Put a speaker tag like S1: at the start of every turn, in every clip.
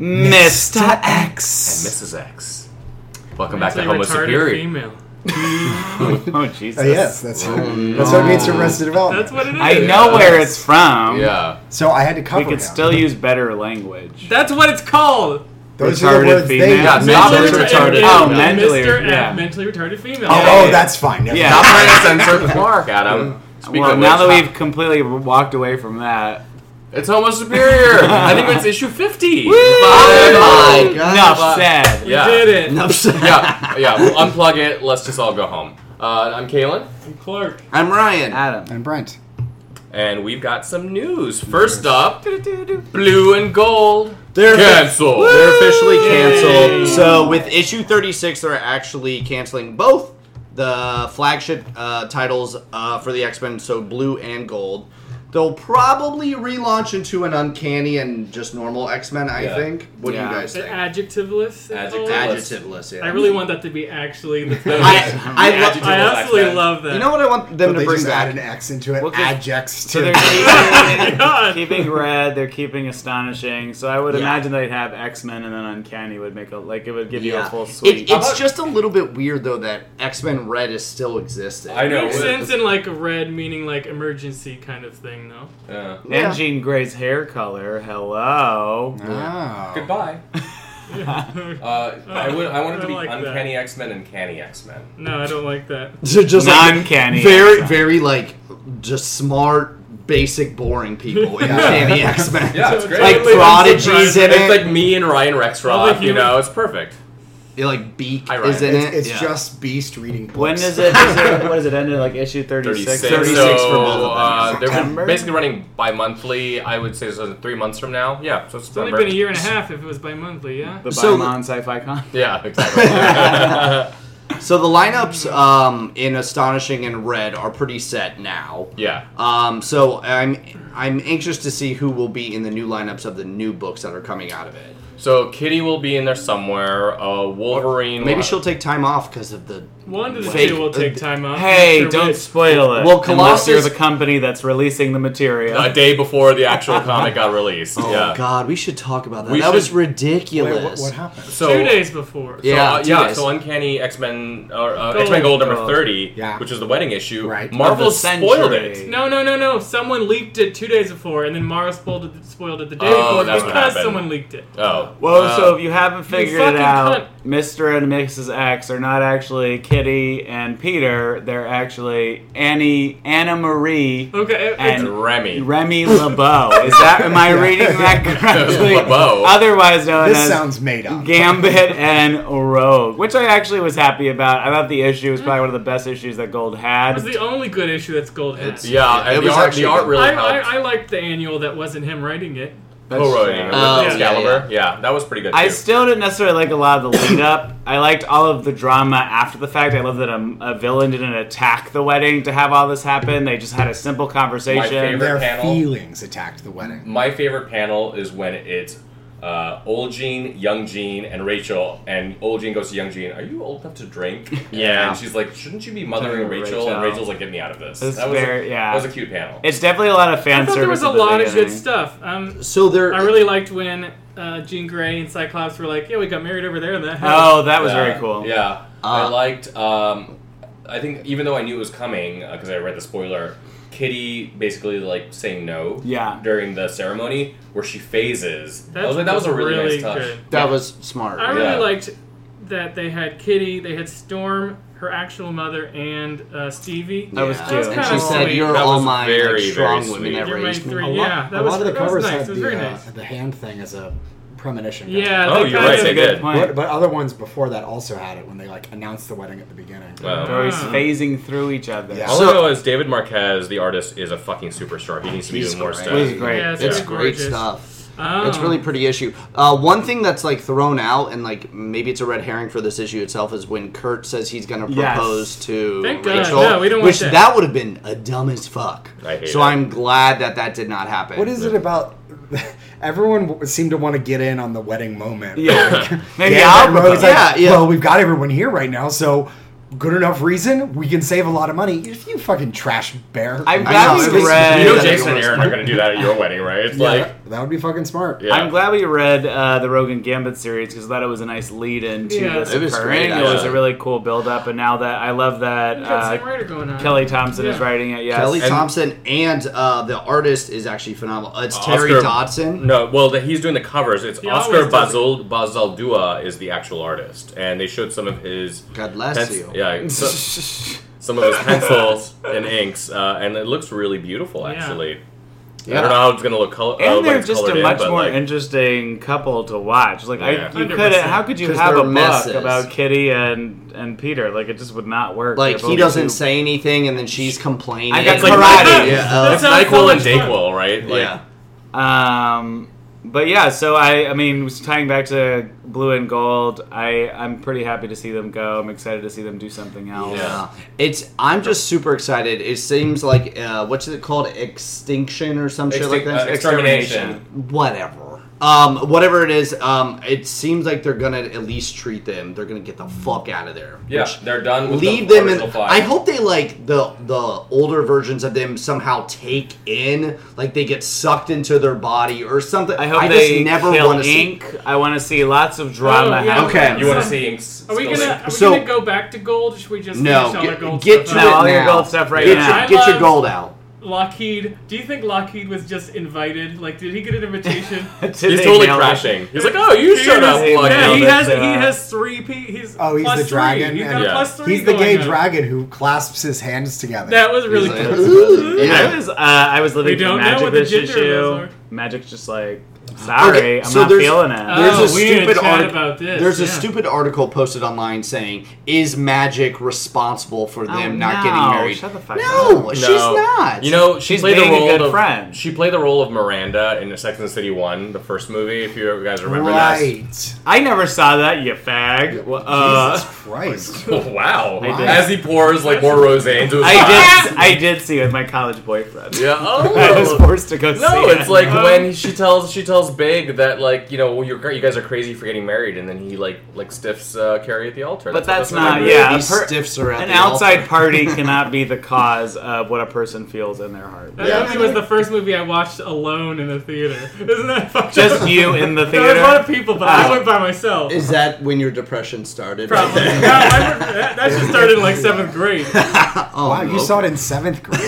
S1: Mr.
S2: and
S1: X.
S2: Mrs. X. Welcome back
S3: Mentally
S2: to Homo
S3: retarded
S2: Superior.
S3: Female.
S1: Oh Jesus!
S4: Oh, yes, that's that's what it means from Arrested Development.
S3: That's what it is.
S1: I know where it's from.
S2: Yeah.
S4: so I had to cover
S1: We could
S4: him.
S1: still use better language.
S3: That's what it's called.
S4: Those are
S1: retarded
S4: the words they
S1: female.
S2: Yeah,
S4: used.
S2: Not
S3: Mentally
S2: mentally
S3: retarded.
S2: retarded.
S1: Oh,
S3: female.
S1: mentally-
S3: Mr. F,
S1: yeah.
S3: mentally retarded female.
S4: Oh, oh, that's fine. Never
S1: Yeah.
S4: mind.
S2: Stop trying to censor the mark, Adam. Speaking
S1: well,
S2: of
S1: now
S2: which,
S1: that we've completely walked away from that,
S2: it's Homo Superior. I think it's issue fifty.
S5: Oh my
S2: Bye.
S5: god.
S1: enough said.
S3: We
S2: Yeah.
S3: did it.
S5: Enough said.
S2: Yeah, yeah. We'll unplug it. Let's just all go home. Uh, I'm Kalen,
S3: And Clark.
S5: I'm Ryan.
S1: Adam.
S4: And Brent.
S2: and we've got some news. First up, blue and gold
S5: They're
S2: canceled.
S5: They're officially
S3: Yay.
S5: canceled. So with issue 36, they're actually canceling both the flagship uh, titles uh, for the X Men, so Blue and Gold. They'll probably relaunch into an uncanny and just normal X Men. I
S2: Yeah.
S5: think. What
S1: Yeah.
S5: do you guys
S3: The
S5: think?
S3: adjectiveless. and all that.
S2: Adjectiveless.
S5: Adjectiveless. Yeah.
S3: I really want that to be actually the thing.
S5: I, I,
S2: The
S5: lo-
S2: adjective-
S3: I absolutely
S2: X-Men.
S3: love that.
S5: You know what I want them
S4: But
S5: to
S4: they
S5: bring
S4: just add
S5: back?
S4: an X into it.
S1: Well, 'cause-
S4: Adjects
S1: So
S4: to
S1: they're
S4: it.
S5: Oh
S1: keeping,
S3: God.
S1: keeping red. They're keeping astonishing. So I would
S5: Yeah.
S1: imagine they'd have X Men and then Uncanny would make a like it would give you a full
S5: It-
S1: suite.
S5: it's just a little bit weird though that X Men Red is still existing.
S2: I know.
S3: Makes sense in like a red meaning like emergency kind of thing though.
S2: Yeah.
S5: Yeah.
S1: and Jean Grey's hair color. Hello.
S4: Oh.
S2: Goodbye. Uh, I would. I wanted to be
S3: Oh, I like that.
S2: uncanny X Men and canny X Men.
S3: no, I don't like that.
S5: So just like,
S1: Non-canny
S5: very,
S1: X-Men.
S5: very like just smart, basic, boring people in
S4: Yeah.
S5: Candy X Men.
S2: Yeah, it's great.
S5: like
S3: Totally
S5: prodigies
S3: unsurprising.
S5: in
S2: It's like
S5: it.
S2: me and Ryan
S3: All the
S2: Rexroth. You
S3: human-
S2: know, it's perfect.
S5: You're Like beak
S2: Hi, Ryan.
S5: is in
S4: It's,
S5: it.
S4: it's
S5: Yeah.
S4: just Beast reading books.
S1: When is it? Is it what does it end at? Like issue thirty six.
S2: 36.
S5: 36
S2: so,
S5: for both of them.
S2: Uh,
S1: September?
S2: they're basically running bi monthly. I would say so three months from now. Yeah, so it's
S3: It's only
S2: September.
S3: been a year and a half if it was bi-monthly, yeah.
S1: The
S5: So-
S1: Bimon sci-fi con.
S2: Yeah, exactly.
S5: so the lineups um, in Astonishing and Red are pretty set now.
S2: yeah.
S5: Um, so I'm I'm anxious to see who will be in the new lineups of the new books that are coming out of it.
S2: So Kitty will be in there somewhere. Uh, Wolverine.
S5: Maybe she'll take time off because of the
S3: One to the
S5: Fake.
S3: two will take time off.
S1: Hey,
S3: Sure,
S1: don't
S3: which-
S1: spoil it.
S5: Well,
S1: unless you're
S5: Colossus-
S1: the company that's releasing the material.
S2: a day before the actual comic got released.
S5: Oh
S2: yeah.
S5: God, we should talk about that.
S2: We
S5: that was
S2: should-
S5: ridiculous.
S4: Wait, what, what happened?
S2: So
S3: two days before.
S5: Yeah.
S2: Yeah,
S5: two
S2: yeah.
S5: days.
S2: So Uncanny X Men or uh, X Men Gold number
S1: Gold.
S2: thirty,
S4: Yeah.
S2: which is the wedding issue.
S4: Right.
S2: Marvel
S1: Of the
S2: spoiled
S1: century.
S2: it.
S3: No, no, no, no. Someone leaked it two days before, and then Mara spoiled it, spoiled it the day
S2: Oh, that's what
S3: before because
S2: happened.
S3: someone leaked it.
S2: Oh,
S1: Well,
S2: uh,
S1: so if you haven't figured it
S3: fucking
S1: out, Mr. and Mrs. X are not actually Kitty and Peter. They're actually Annie, Anna Marie,
S3: Okay, it-
S1: And-
S3: it's,
S2: Remy.
S1: Remy LeBeau. Is that, am I reading that correctly?
S2: LeBeau.
S1: Otherwys known
S4: This
S1: as
S4: sounds made up.
S1: Gambit and Rogue, which I actually was happy about. I thought the issue was probably one of the best issues that Gold
S3: it
S1: had.
S3: was the only good issue that's Gold had.
S5: It's-
S2: yeah,
S5: It
S2: and the
S5: was
S2: art,
S5: actually
S2: the art
S5: good.
S2: really
S3: I,
S2: helped.
S3: I, I liked the annual that wasn't him writing it.
S1: That's
S2: Oh, right,
S1: true.
S2: with
S5: Oh, yeah,
S2: Excalibur. Yeah, that was pretty good.
S1: I
S2: too.
S1: still didn't necessarily like a lot of the lead up. I liked all of the drama after the fact. I love that a, a villain didn't attack the wedding to have all this happen. They just had a simple
S2: My
S1: conversation.
S2: favorite.
S4: Their
S2: panel.
S4: feelings attacked the wedding.
S2: My favorite panel is when it's uh, old Jean, young Jean, and Rachel. And old Jean goes to young Jean, "Are you old enough to drink?"
S1: Yeah.
S2: And she's like, "Shouldn't you be mothering
S1: Mothering
S2: Rachel?"
S1: Rachel.
S2: And Rachel's like, "Get me out of this."
S1: It's
S2: that was
S1: very-
S2: a,
S1: yeah.
S2: That was a cute panel.
S1: It's definitely a lot of
S3: I
S1: fan
S3: thought
S1: service.
S3: there was a
S1: at the
S3: lot of good
S1: beginning.
S3: stuff. Um,
S5: So there,
S3: I really liked when uh, Jean Grey and Cyclops were like, "Yeah, we got married over there in that house."
S1: Oh, that was
S2: Yeah,
S1: very cool.
S2: Yeah, I
S5: Uh,
S2: liked. Um, I think even though I knew it was coming because I read the spoiler, Kitty basically like saying no.
S1: Yeah.
S2: During the ceremony where she phases,
S3: That
S2: I was like, that was a really,
S3: really
S2: nice touch.
S3: good.
S5: that was smart.
S3: I really
S2: Yeah.
S3: liked that they had Kitty, they had Storm, her actual mother, and uh, Stevie.
S1: That was
S5: Yeah.
S1: cute.
S3: That
S5: And
S3: was
S5: she
S3: kinda
S5: said,
S3: sweet.
S5: "You're
S2: That
S5: all
S2: was
S5: mine,
S2: very,
S5: like,
S2: very
S5: strong women
S2: sweet.
S5: that
S3: You're my
S5: raised
S3: three-
S5: me."
S4: A lot,
S3: Yeah, that
S4: a
S3: was-
S4: lot of the
S3: that was
S4: covers
S3: nice. It
S4: had
S3: was
S4: the,
S3: very
S4: uh,
S3: nice.
S4: the hand thing as a premonition.
S3: Yeah,
S2: Oh,
S3: they
S2: you're
S3: kind
S2: right.
S3: of-
S2: They did.
S4: But, but other ones before that also had it when they like announced the wedding at the beginning.
S2: Wow.
S1: They're always
S3: Ah.
S1: phasing through each other.
S4: Yeah.
S2: All
S5: So-
S2: I know is David Marquez, the artist, is a fucking superstar. He needs to be
S5: He's
S2: doing more
S5: great.
S1: It was
S2: stuff.
S1: great.
S3: Yeah, it's
S5: It's
S3: really
S5: great
S3: gorgeous.
S5: stuff.
S3: Oh.
S5: It's really pretty issue. Uh, one thing that's like thrown out and like maybe it's a red herring for this issue itself is when Kurt says he's gonna
S1: Yes.
S5: propose to
S3: Thank God.
S5: Rachel,
S3: No, we don't want
S5: which
S3: that.
S5: would have been a dumb as fuck.
S2: I hate
S5: so
S2: it.
S5: I'm glad that that did not happen.
S4: What is it about? Everyone w- seemed to want to get in on the wedding moment.
S1: Yeah. Maybe
S4: Yeah,
S1: I'll
S4: but Rose
S1: propose.
S4: is like,
S5: Yeah, yeah.
S4: Well, we've got everyone here right now, so good enough reason, we can save a lot of money. If you fucking trash bear.
S1: I'm
S5: I
S1: glad
S5: know, it
S1: we
S5: was-
S1: read.
S2: You know,
S5: Yeah.
S2: Jason and Aaron are going to do that at your wedding, right? It's
S4: Yeah,
S2: like,
S4: that, that would be fucking smart.
S2: yeah.
S1: I'm glad we read uh, the Rogan Gambit series because that was a nice lead in to
S3: Yeah.
S1: this
S5: It was
S1: occurring.
S5: great,
S1: it was
S5: actually.
S1: a really cool build up, and now that I love that
S3: You
S2: Oh.
S3: got Sam
S1: uh,
S3: Ryder going on.
S1: Kelly Thompson is
S3: Yeah.
S1: writing it. Yes,
S5: Kelly
S2: And-
S5: Thompson and uh, the artist is actually phenomenal. Uh, It's
S2: Oscar-
S5: Terry Dodson.
S2: No, well, that he's doing the covers. It's
S3: He
S2: Oscar
S3: always does it.
S2: Bazal Bazaldua is the actual artist, and they showed some of his.
S5: God bless
S2: pens-
S5: you.
S2: Yeah, so- some of his pencils and inks, uh, and it looks really beautiful.
S3: Yeah.
S2: Actually, I
S5: Yeah.
S2: don't know how it's gonna look color. uh,
S1: and
S2: when
S1: they're
S2: it's
S1: just a
S2: colored in,
S1: much
S2: but,
S1: more
S2: like,
S1: interesting couple to watch. Like,
S2: Yeah.
S1: I, you
S3: 100%.
S1: could how could you
S5: 'Cause
S1: have
S5: they're
S1: a book
S5: messes.
S1: about Kitty and and Peter? Like, it just would not work.
S5: Like
S1: They're
S5: he
S1: both
S5: doesn't
S1: too-
S5: say anything, and then she's complaining.
S1: I got
S2: It's like
S1: karate.
S5: Yeah, uh,
S2: It's
S3: That sounds so
S2: Nyquil and
S3: much fun.
S2: Dayquil, right? Like,
S5: yeah.
S1: Um, but yeah, so I, I mean, was tying back to blue and gold, I, I'm pretty happy to see them go. I'm excited to see them do something else.
S2: Yeah.
S5: Yeah. It's. I'm just super excited. It seems like uh, what's it called, extinction or some shit like
S2: Extin-
S5: that.
S2: uh, extermination.
S5: whatever. Um, whatever it is, um, it seems like they're gonna at least treat them. They're gonna get the fuck out of there.
S2: Yeah,
S5: Which-
S2: they're done. With
S5: leave
S2: the
S5: them in.
S2: original five.
S5: I hope they like the the older versions of them somehow take in, like they get sucked into their body or something.
S1: I hope
S5: just
S1: they
S5: never
S1: kill
S5: wanna see-
S1: ink. I want to see lots of drama
S3: Oh, yeah.
S1: happen.
S5: Okay.
S2: You want to see inks?
S3: Are we
S2: still-
S3: gonna are we
S5: So-
S3: gonna go back to gold? or Should we just
S5: No,
S3: finish all our
S5: get,
S3: gold
S5: get
S3: stuff
S5: to
S1: No,
S5: it
S1: all your
S5: now.
S1: gold stuff right
S5: get
S1: now.
S5: Your, get
S3: I
S5: your
S3: love-
S5: gold out.
S3: Lockheed, do you think Lockheed was just invited? Like, did he get an invitation?
S1: Did
S2: He's
S1: they
S2: totally
S1: nail it?
S2: crashing. He's like, oh, you
S3: He
S2: showed up.
S1: is-
S2: Lucky.
S3: yeah, he
S1: Yeah,
S3: has he
S1: that's, uh,
S3: has three. P, he's
S4: Oh, he's
S3: plus
S4: the dragon,
S3: Three. He's got
S4: and-
S3: a plus three.
S4: He's the
S3: going
S4: gay
S3: on.
S4: dragon who clasps his hands together.
S3: That was really
S5: He's like,
S3: cool.
S5: "Ooh." Yeah.
S1: I was, uh, I was living
S3: We don't
S1: through
S3: know
S1: magic
S3: what the
S1: this
S3: gender roles
S1: issue.
S3: are.
S1: Magic's just like, sorry,
S5: Okay,
S1: I'm
S5: so
S1: not
S5: there's-
S1: feeling it.
S3: Oh,
S5: There's a
S3: we need to
S5: stupid
S3: chat
S5: artic-
S3: about this.
S5: There's a
S3: yeah.
S5: stupid article posted online saying, "Is magic responsible for them
S1: Oh,
S5: not
S1: no.
S5: getting married?"
S1: Shut the fuck
S5: no,
S1: up.
S5: she's not.
S2: You know, she
S1: She's
S2: played the
S1: being a
S2: role
S1: good
S2: of
S1: friend.
S2: She played the role of Miranda in the Sex and the City One, the first movie. If you guys remember
S4: right.
S1: I never saw that, you fag. Well, Uh,
S4: Jesus Christ.
S2: that. wow!
S1: I did.
S2: As he pours like more rosé into his
S1: I did, I did see it with my college boyfriend.
S2: Yeah.
S1: I was
S2: Oh.
S1: forced to go see
S2: No,
S1: it.
S2: it's like
S3: Um,
S2: when she tells she tells Big that like you know well, you're, you guys are crazy for getting married, and then he like like stiffs uh, Carrie at the altar.
S1: But that's
S3: Uh,
S2: what I
S1: not,
S2: remember.
S1: yeah.
S5: uh, These
S1: per-
S5: stiffs are at
S1: An
S5: the
S1: outside
S5: altar.
S1: party cannot be the cause of what a person feels in their heart.
S3: That
S5: Yeah.
S3: movie was the first movie I watched alone in the theater. Isn't that fucked
S1: Just
S3: up?
S1: you in the
S3: There was a lot of
S1: theater.
S3: people, but I
S1: Oh.
S3: went by myself.
S5: Is that when your depression started? right
S3: Probably. no,
S5: there?
S3: I went, that, that just started in like seventh grade.
S5: Oh,
S4: Wow, you
S5: no.
S4: saw it in seventh grade.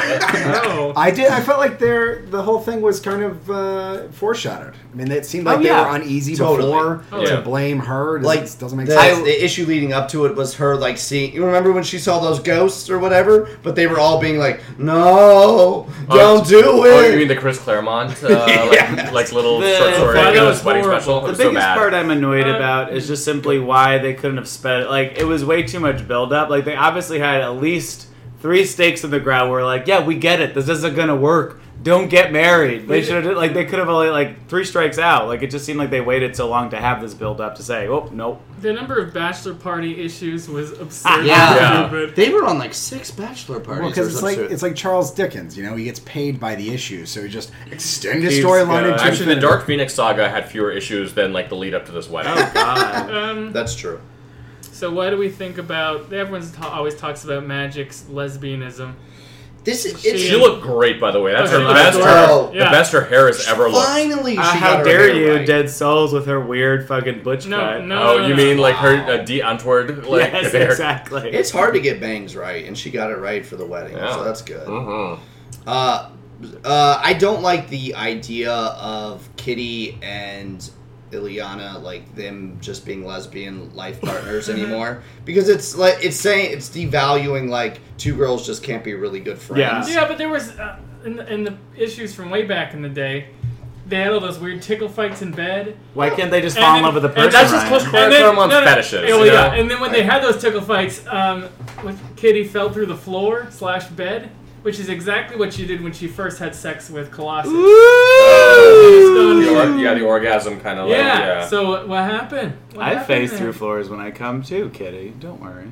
S3: No.
S4: I did. I felt like their the whole thing was kind of uh, foreshadowed. I mean, it seemed like
S1: Oh,
S4: they
S1: yeah.
S4: were uneasy
S5: Totally.
S4: before.
S2: Oh, yeah.
S4: To blame her, does,
S5: like
S4: doesn't make
S5: the,
S4: sense.
S5: the issue leading up to it was her like seeing you remember when she saw those ghosts or whatever but they were all being like no don't do it
S2: Oh, you mean the Chris Claremont, uh, like, like little
S1: The-
S2: short story,
S3: That
S2: you know,
S3: was
S2: his wedding
S3: horrible.
S2: special? It
S1: The
S2: was
S1: biggest
S2: Oh, so bad.
S1: part I'm annoyed
S3: Uh,
S1: about is just simply why they couldn't have sped it. Like, it was way too much buildup. Like, they obviously had at least three stakes in the ground where, like, yeah, we get it. This isn't going to work. Don't get married. They should have, like, they could have only, like, three strikes out. Like, it just seemed like they waited so long to have this buildup to say, oh, nope.
S3: The number of bachelor party issues was absurd.
S5: Yeah.
S3: stupid.
S5: they were on like six bachelor parties
S4: Well,
S5: or
S4: because it's like
S5: something.
S4: it's like Charles Dickens, you know, he gets paid by the issue, so he just extend his
S1: Keeps
S4: storyline
S1: going.
S4: into
S2: Uh, Actually, the
S4: infinity.
S2: Dark Phoenix saga had fewer issues than like the lead up to this wedding.
S1: Oh, God.
S3: Um,
S5: that's true
S3: so what do we think about? Everyone's ta- always talks about magic's lesbianism.
S5: this is
S3: She
S5: it's
S2: She looked great, by the way. That's
S3: Oh,
S2: her
S3: she
S2: best.
S5: looked
S2: Her,
S5: great.
S2: The
S3: Yeah.
S2: best her hair has ever looked.
S5: finally she
S1: Uh,
S5: got
S1: how
S5: her
S1: dare
S5: hair
S1: you,
S5: right.
S1: dead souls, with her weird fucking butch
S3: No,
S1: cut.
S3: no.
S2: Oh, you mean like her uh, D Antwoord? Like
S1: yes,
S2: hair.
S1: exactly.
S5: it's hard to get bangs right and she got it right for the wedding
S2: Yeah.
S5: so that's good
S2: Mhm.
S5: Uh, uh, I don't like the idea of Kitty and Ileana like them just being lesbian life partners anymore because it's like it's saying it's devaluing like two girls just can't be really good friends.
S3: Yeah, but there was uh, in, the, in the issues from way back in the day. They had all those weird tickle fights in bed.
S1: Why can't they just fall in
S3: then-
S1: love with a person?
S3: And that's
S1: Ryan?
S3: just close.
S2: Ryan.
S3: And then, oh,
S2: Hormones fetishes,
S3: yeah, well,
S2: you
S3: yeah,
S2: know?
S3: And then when they had those tickle fights, um, with Kitty fell through the floor slash bed, which is exactly what she did when she first had sex with Colossus.
S2: The or- yeah, the orgasm kind of.
S3: Yeah.
S2: Like, yeah.
S3: So what happened? What
S1: I
S3: happened
S1: phase
S3: there?
S1: through floors when I come too, Kitty. Don't worry.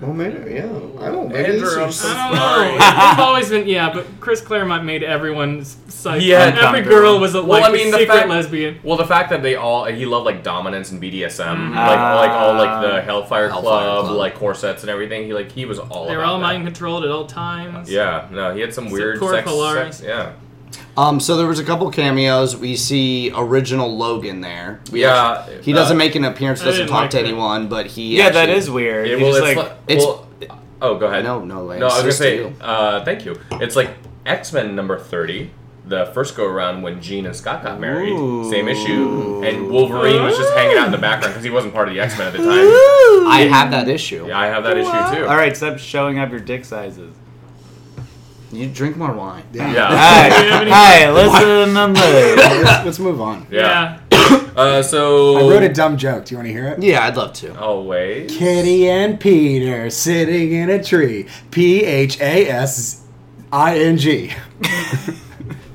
S5: Well, maybe, yeah. I don't maybe
S2: Andrew,
S5: this
S2: I'm
S5: is-
S2: so
S3: I don't know. We've always been yeah, but Chris Claremont made everyone's psych.
S1: He had
S3: Every
S1: come
S3: girl
S1: through.
S3: was a
S2: Well,
S3: like
S2: I mean, the
S3: secret
S2: fact-
S3: lesbian.
S2: Well, the fact that they all he loved like dominance and BDSM,
S3: Mm-hmm.
S2: like like all like the Hellfire,
S5: Hellfire
S2: Club,
S5: Club.
S2: like corsets and everything. He like he was all.
S3: They were
S2: about
S3: all
S2: that.
S3: mind controlled at all times.
S2: Yeah, no, he had some weird
S3: poor
S2: sex,
S3: Polaris.
S2: sex. Yeah,
S5: Um, so there was a couple cameos. We see original Logan there. We
S2: Yeah,
S5: actually- he
S2: uh,
S5: doesn't make an appearance,
S3: I
S5: doesn't
S3: didn't
S5: talk
S3: like
S5: to
S3: that.
S5: anyone, but he.
S1: Yeah, that
S5: actually-
S1: is weird.
S2: It-
S1: He
S2: well,
S1: just,
S2: it's
S1: like-
S2: like-
S5: it's-
S2: well, oh, go ahead.
S5: No, no, Lance,
S2: no, I was gonna
S5: this
S2: say,
S5: to you.
S2: uh, thank you. It's like X Men number thirty, the first go around when Jean and Scott got married,
S1: Ooh.
S2: same issue, and Wolverine was just hanging out in the background because he wasn't part of the X Men at the time.
S5: I have that issue.
S2: Yeah, I have that issue too.
S1: all right, stop showing up your dick sizes.
S5: You drink more wine.
S2: Yeah.
S1: Hi,
S3: Do you have any-
S1: hi, listen and learn.
S4: let's, let's move on.
S2: Yeah. Uh, so
S4: I wrote a dumb joke. Do you want to hear it?
S5: Yeah, I'd love to.
S2: Always.
S4: Kitty and Peter sitting in a tree. P H A S I N G.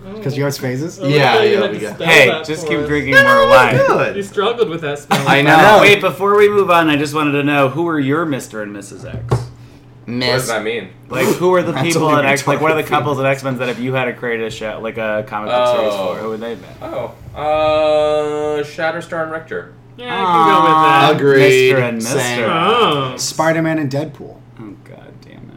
S4: Because you have phases?
S3: Oh,
S5: Yeah,
S3: I thought you
S5: yeah,
S3: had
S5: we
S3: to
S5: got-
S3: spell
S1: hey,
S3: that
S1: just
S3: for
S1: keep
S3: us.
S1: drinking more wine.
S3: You
S5: Good.
S3: struggled with that spell.
S5: I
S1: No,
S5: know.
S1: wait, before we move on, I just wanted to know who are your Mr. and Mrs. X?
S2: What does
S5: Miss.
S2: that mean?
S1: Like, who are the
S4: That's
S1: people
S4: what
S1: at
S4: we were
S1: X? Like, what are the
S4: talking
S1: couples at X Men that if you had to create a show, like a comic book series
S2: Oh.
S1: for, who would they have been?
S2: Oh, uh, Shatterstar and Rector.
S3: Yeah, I can go with that.
S5: Agreed.
S1: Mr. and Mr.
S5: Same.
S3: Oh,
S4: Spider Man and Deadpool.
S1: Oh, god damn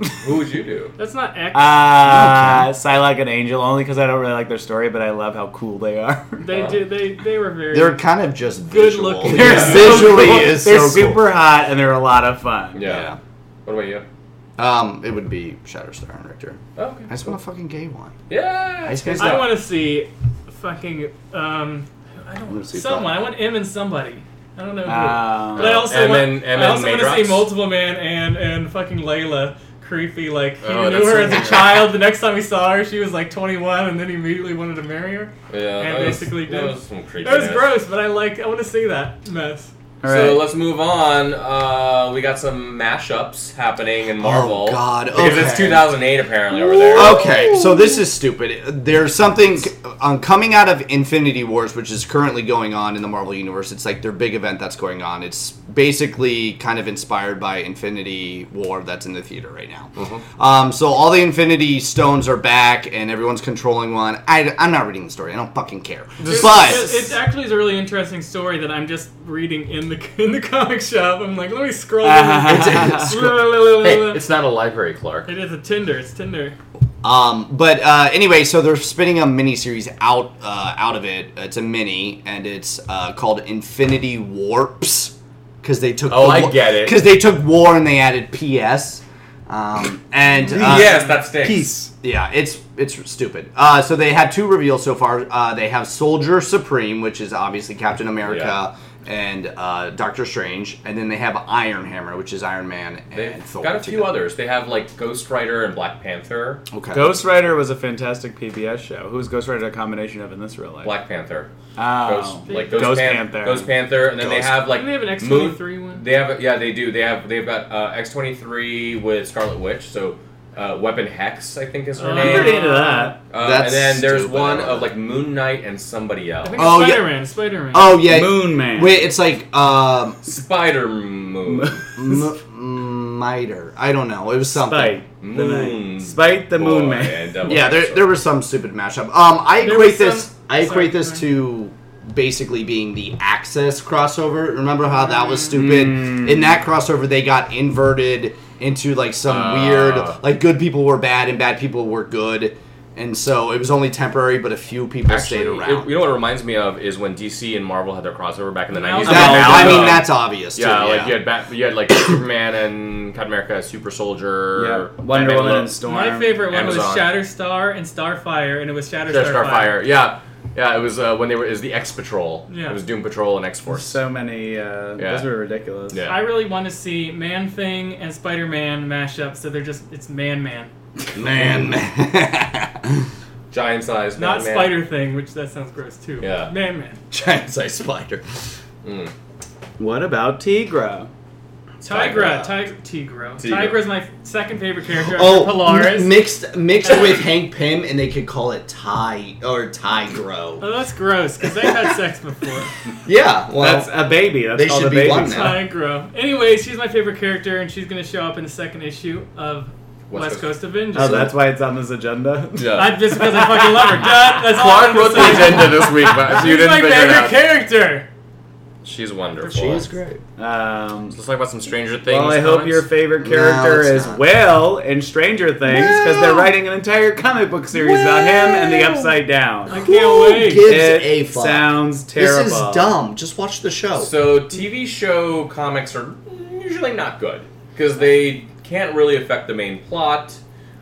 S1: it.
S2: Who would you do?
S3: that's not X.
S1: Ah. Uh, Psylocke and Angel, only because I don't really like their story, but I love how cool they are.
S3: they do. They they were very.
S5: They're kind of just
S3: Good
S5: visual.
S3: looking.
S1: They're
S3: Yeah.
S1: so
S5: Visually
S1: cool.
S5: is
S1: They're
S5: so cool.
S1: super hot and they're a lot of fun.
S2: Yeah. What about you? Oh,
S5: Um, it would be Shatterstar and Richter.
S2: Okay.
S5: I just want a fucking gay one.
S2: Yeah.
S5: I just
S2: Hands
S5: wanna-
S3: I
S2: up.
S3: want to see, fucking um, I don't
S5: wanna see
S3: someone.
S5: Thought.
S3: I want M and somebody. I don't know who.
S1: Um,
S3: but I also
S2: M
S3: want.
S2: Uh, and- M and
S3: I also want to
S2: Madrox?
S3: see Multiple Man and and fucking Layla. Creepy, like he
S2: Oh,
S3: knew
S2: that's
S3: her
S2: so
S3: as
S2: weird.
S3: a child. The next time he saw her, she was like 21, and then he immediately wanted to marry her.
S2: Yeah.
S3: And
S2: that was-
S3: basically
S2: that
S3: did.
S2: was some creepy.
S3: That was gross, but I like. I want to see that mess.
S1: All
S2: So
S1: right.
S2: let's move on. Uh, we got some mashups happening in Marvel.
S5: Oh, God,
S2: Because it's
S5: okay. Oh.
S2: 2008 apparently over there.
S5: Okay, so this is stupid. There's something on coming out of Infinity Wars, which is currently going on in the Marvel Universe. It's like their big event that's going on. It's basically kind of inspired by Infinity War that's in the theater right now. Um, so all the Infinity Stones are back, and everyone's controlling one. I, am not reading the story. I don't fucking care.
S3: It's-
S5: but
S3: it's, it's actually is a really interesting story that I'm just reading in the in the comic shop. I'm like, let me scroll.
S2: Hey, it's not a library, Clark.
S3: It is a Tinder. It's Tinder.
S5: Um, but uh, anyway, so they're spinning a miniseries out uh, out of it. It's a mini, and it's uh, called Infinity Warps because they took.
S2: Oh, I get it.
S5: Because they took war and they added PS. Um, and uh,
S2: yes, that stinks.
S4: Peace.
S5: yeah, it's it's stupid. Uh, so they had two reveals so far. Uh, they have Soldier Supreme, which is obviously Captain America and uh, Doctor Strange, and then they have Iron Hammer, which is Iron Man and
S2: They've
S5: Thor.
S2: got a few
S5: together.
S2: others. They have like Ghost Rider and Black Panther.
S5: Okay.
S1: Ghost Rider was a fantastic PBS show. Who's Ghost Rider a combination of in this real life?
S2: Black Panther.
S1: Oh.
S2: Ghost, like Ghost,
S1: Ghost
S2: Pan-
S1: Panther.
S2: Ghost Panther, and then they
S5: Ghost-
S2: have like
S3: Didn't they have an X
S2: Moon-
S3: twenty three one?
S2: They have yeah, they do. They have they've got uh, X twenty three with Scarlet Witch. So uh, Weapon Hex, I think is her
S3: Oh.
S1: I'm pretty
S2: name.
S1: into that.
S2: Uh,
S5: That's
S2: and then there's
S5: stupid.
S2: one of like Moon Knight and somebody
S3: I
S2: else.
S3: think
S5: Oh,
S3: it's
S5: yeah.
S3: Spider Man. Spider Man.
S5: Oh yeah.
S1: Moon Man.
S5: Wait, it's like um,
S2: Spider Moon.
S5: M- miter. I don't know. It was something.
S1: Spite. The
S2: Moon
S1: moon. Spite the Moon
S2: Mm. Boy
S1: Man.
S2: and Double
S5: Yeah, there,
S2: Episode.
S5: there was some stupid mashup. Um, I
S3: There
S5: equate
S3: was some-
S5: this. I equate
S3: sorry,
S5: this
S3: go ahead.
S5: to basically being the Access crossover. Remember how that was stupid?
S2: Mm.
S5: In that crossover, they got inverted into like some
S2: Ah.
S5: weird, like good people were bad and bad people were good, and so it was only temporary, but a few people stayed
S2: Actually,
S5: around.
S2: it- you know what it reminds me of is when DC and Marvel had their crossover back in the nineties. uh,
S3: That-
S5: that, I
S1: Amalgam.
S5: mean, that's obvious.
S2: yeah,
S5: too,
S2: like you had Bat- you had like Superman and Captain America, Super Soldier,
S1: Yeah. Wonder
S2: Batman
S1: Woman
S2: Lo-
S1: and Storm.
S3: My favorite one
S2: Amazon.
S3: was Shatterstar and Starfire, and it was Shatterstar.
S2: Star Starfire. Yeah, yeah. It was uh, when they were is the X Patrol.
S3: Yeah.
S2: It was Doom Patrol and X Force.
S1: So many. Uh,
S2: Yeah.
S1: Those were ridiculous.
S2: Yeah.
S3: I really want to see Man Thing and Spider Man mash up, so they're just it's Man Man,
S5: yeah. man, man.
S2: Giant size.
S3: not
S2: Batman.
S3: Spider Thing, which that sounds gross too.
S2: Yeah.
S3: Man Man.
S5: giant sized spider.
S1: What about Tigra?
S3: Tigra, Tig- Tigro.
S2: Tigro.
S3: Tigra's my second favorite character.
S5: Oh,
S3: after Polaris.
S5: m- mixed mixed with Hank Pym, and they could call it Ty or Tigro.
S3: oh, that's gross because they had sex before.
S5: Yeah, well,
S1: That's a baby. That's
S5: they
S1: called
S5: should
S1: a
S5: be
S1: baby.
S5: one now.
S3: Tigro. Anyway, she's my favorite character, and she's gonna show up in the second issue of West,
S2: West
S3: Coast.
S2: Coast.
S3: Avengers.
S1: Oh, that's why it's on this agenda.
S3: I, just because I fucking love her. Done. That's all I'm
S2: Clark
S3: gonna
S2: wrote the
S3: say.
S2: agenda this week, but
S3: She's
S2: you didn't
S3: my
S2: figure it
S3: favorite
S2: out.
S3: character.
S2: She's wonderful.
S5: she is great.
S1: Um,
S2: Let's talk about some Stranger Things.
S1: well, I hope
S2: comics.
S1: your favorite
S5: No,
S1: character
S5: it's
S1: is
S5: not.
S1: Will in Stranger Things because they're
S5: Will!
S1: writing an entire comic book series about him and the Upside
S3: I
S1: Down.
S3: can't
S5: Who
S3: wait.
S5: gives
S1: It
S5: a fuck?
S1: sounds terrible.
S5: this is dumb. Just watch the show.
S2: So TV show comics are usually not good because they can't really affect the main plot,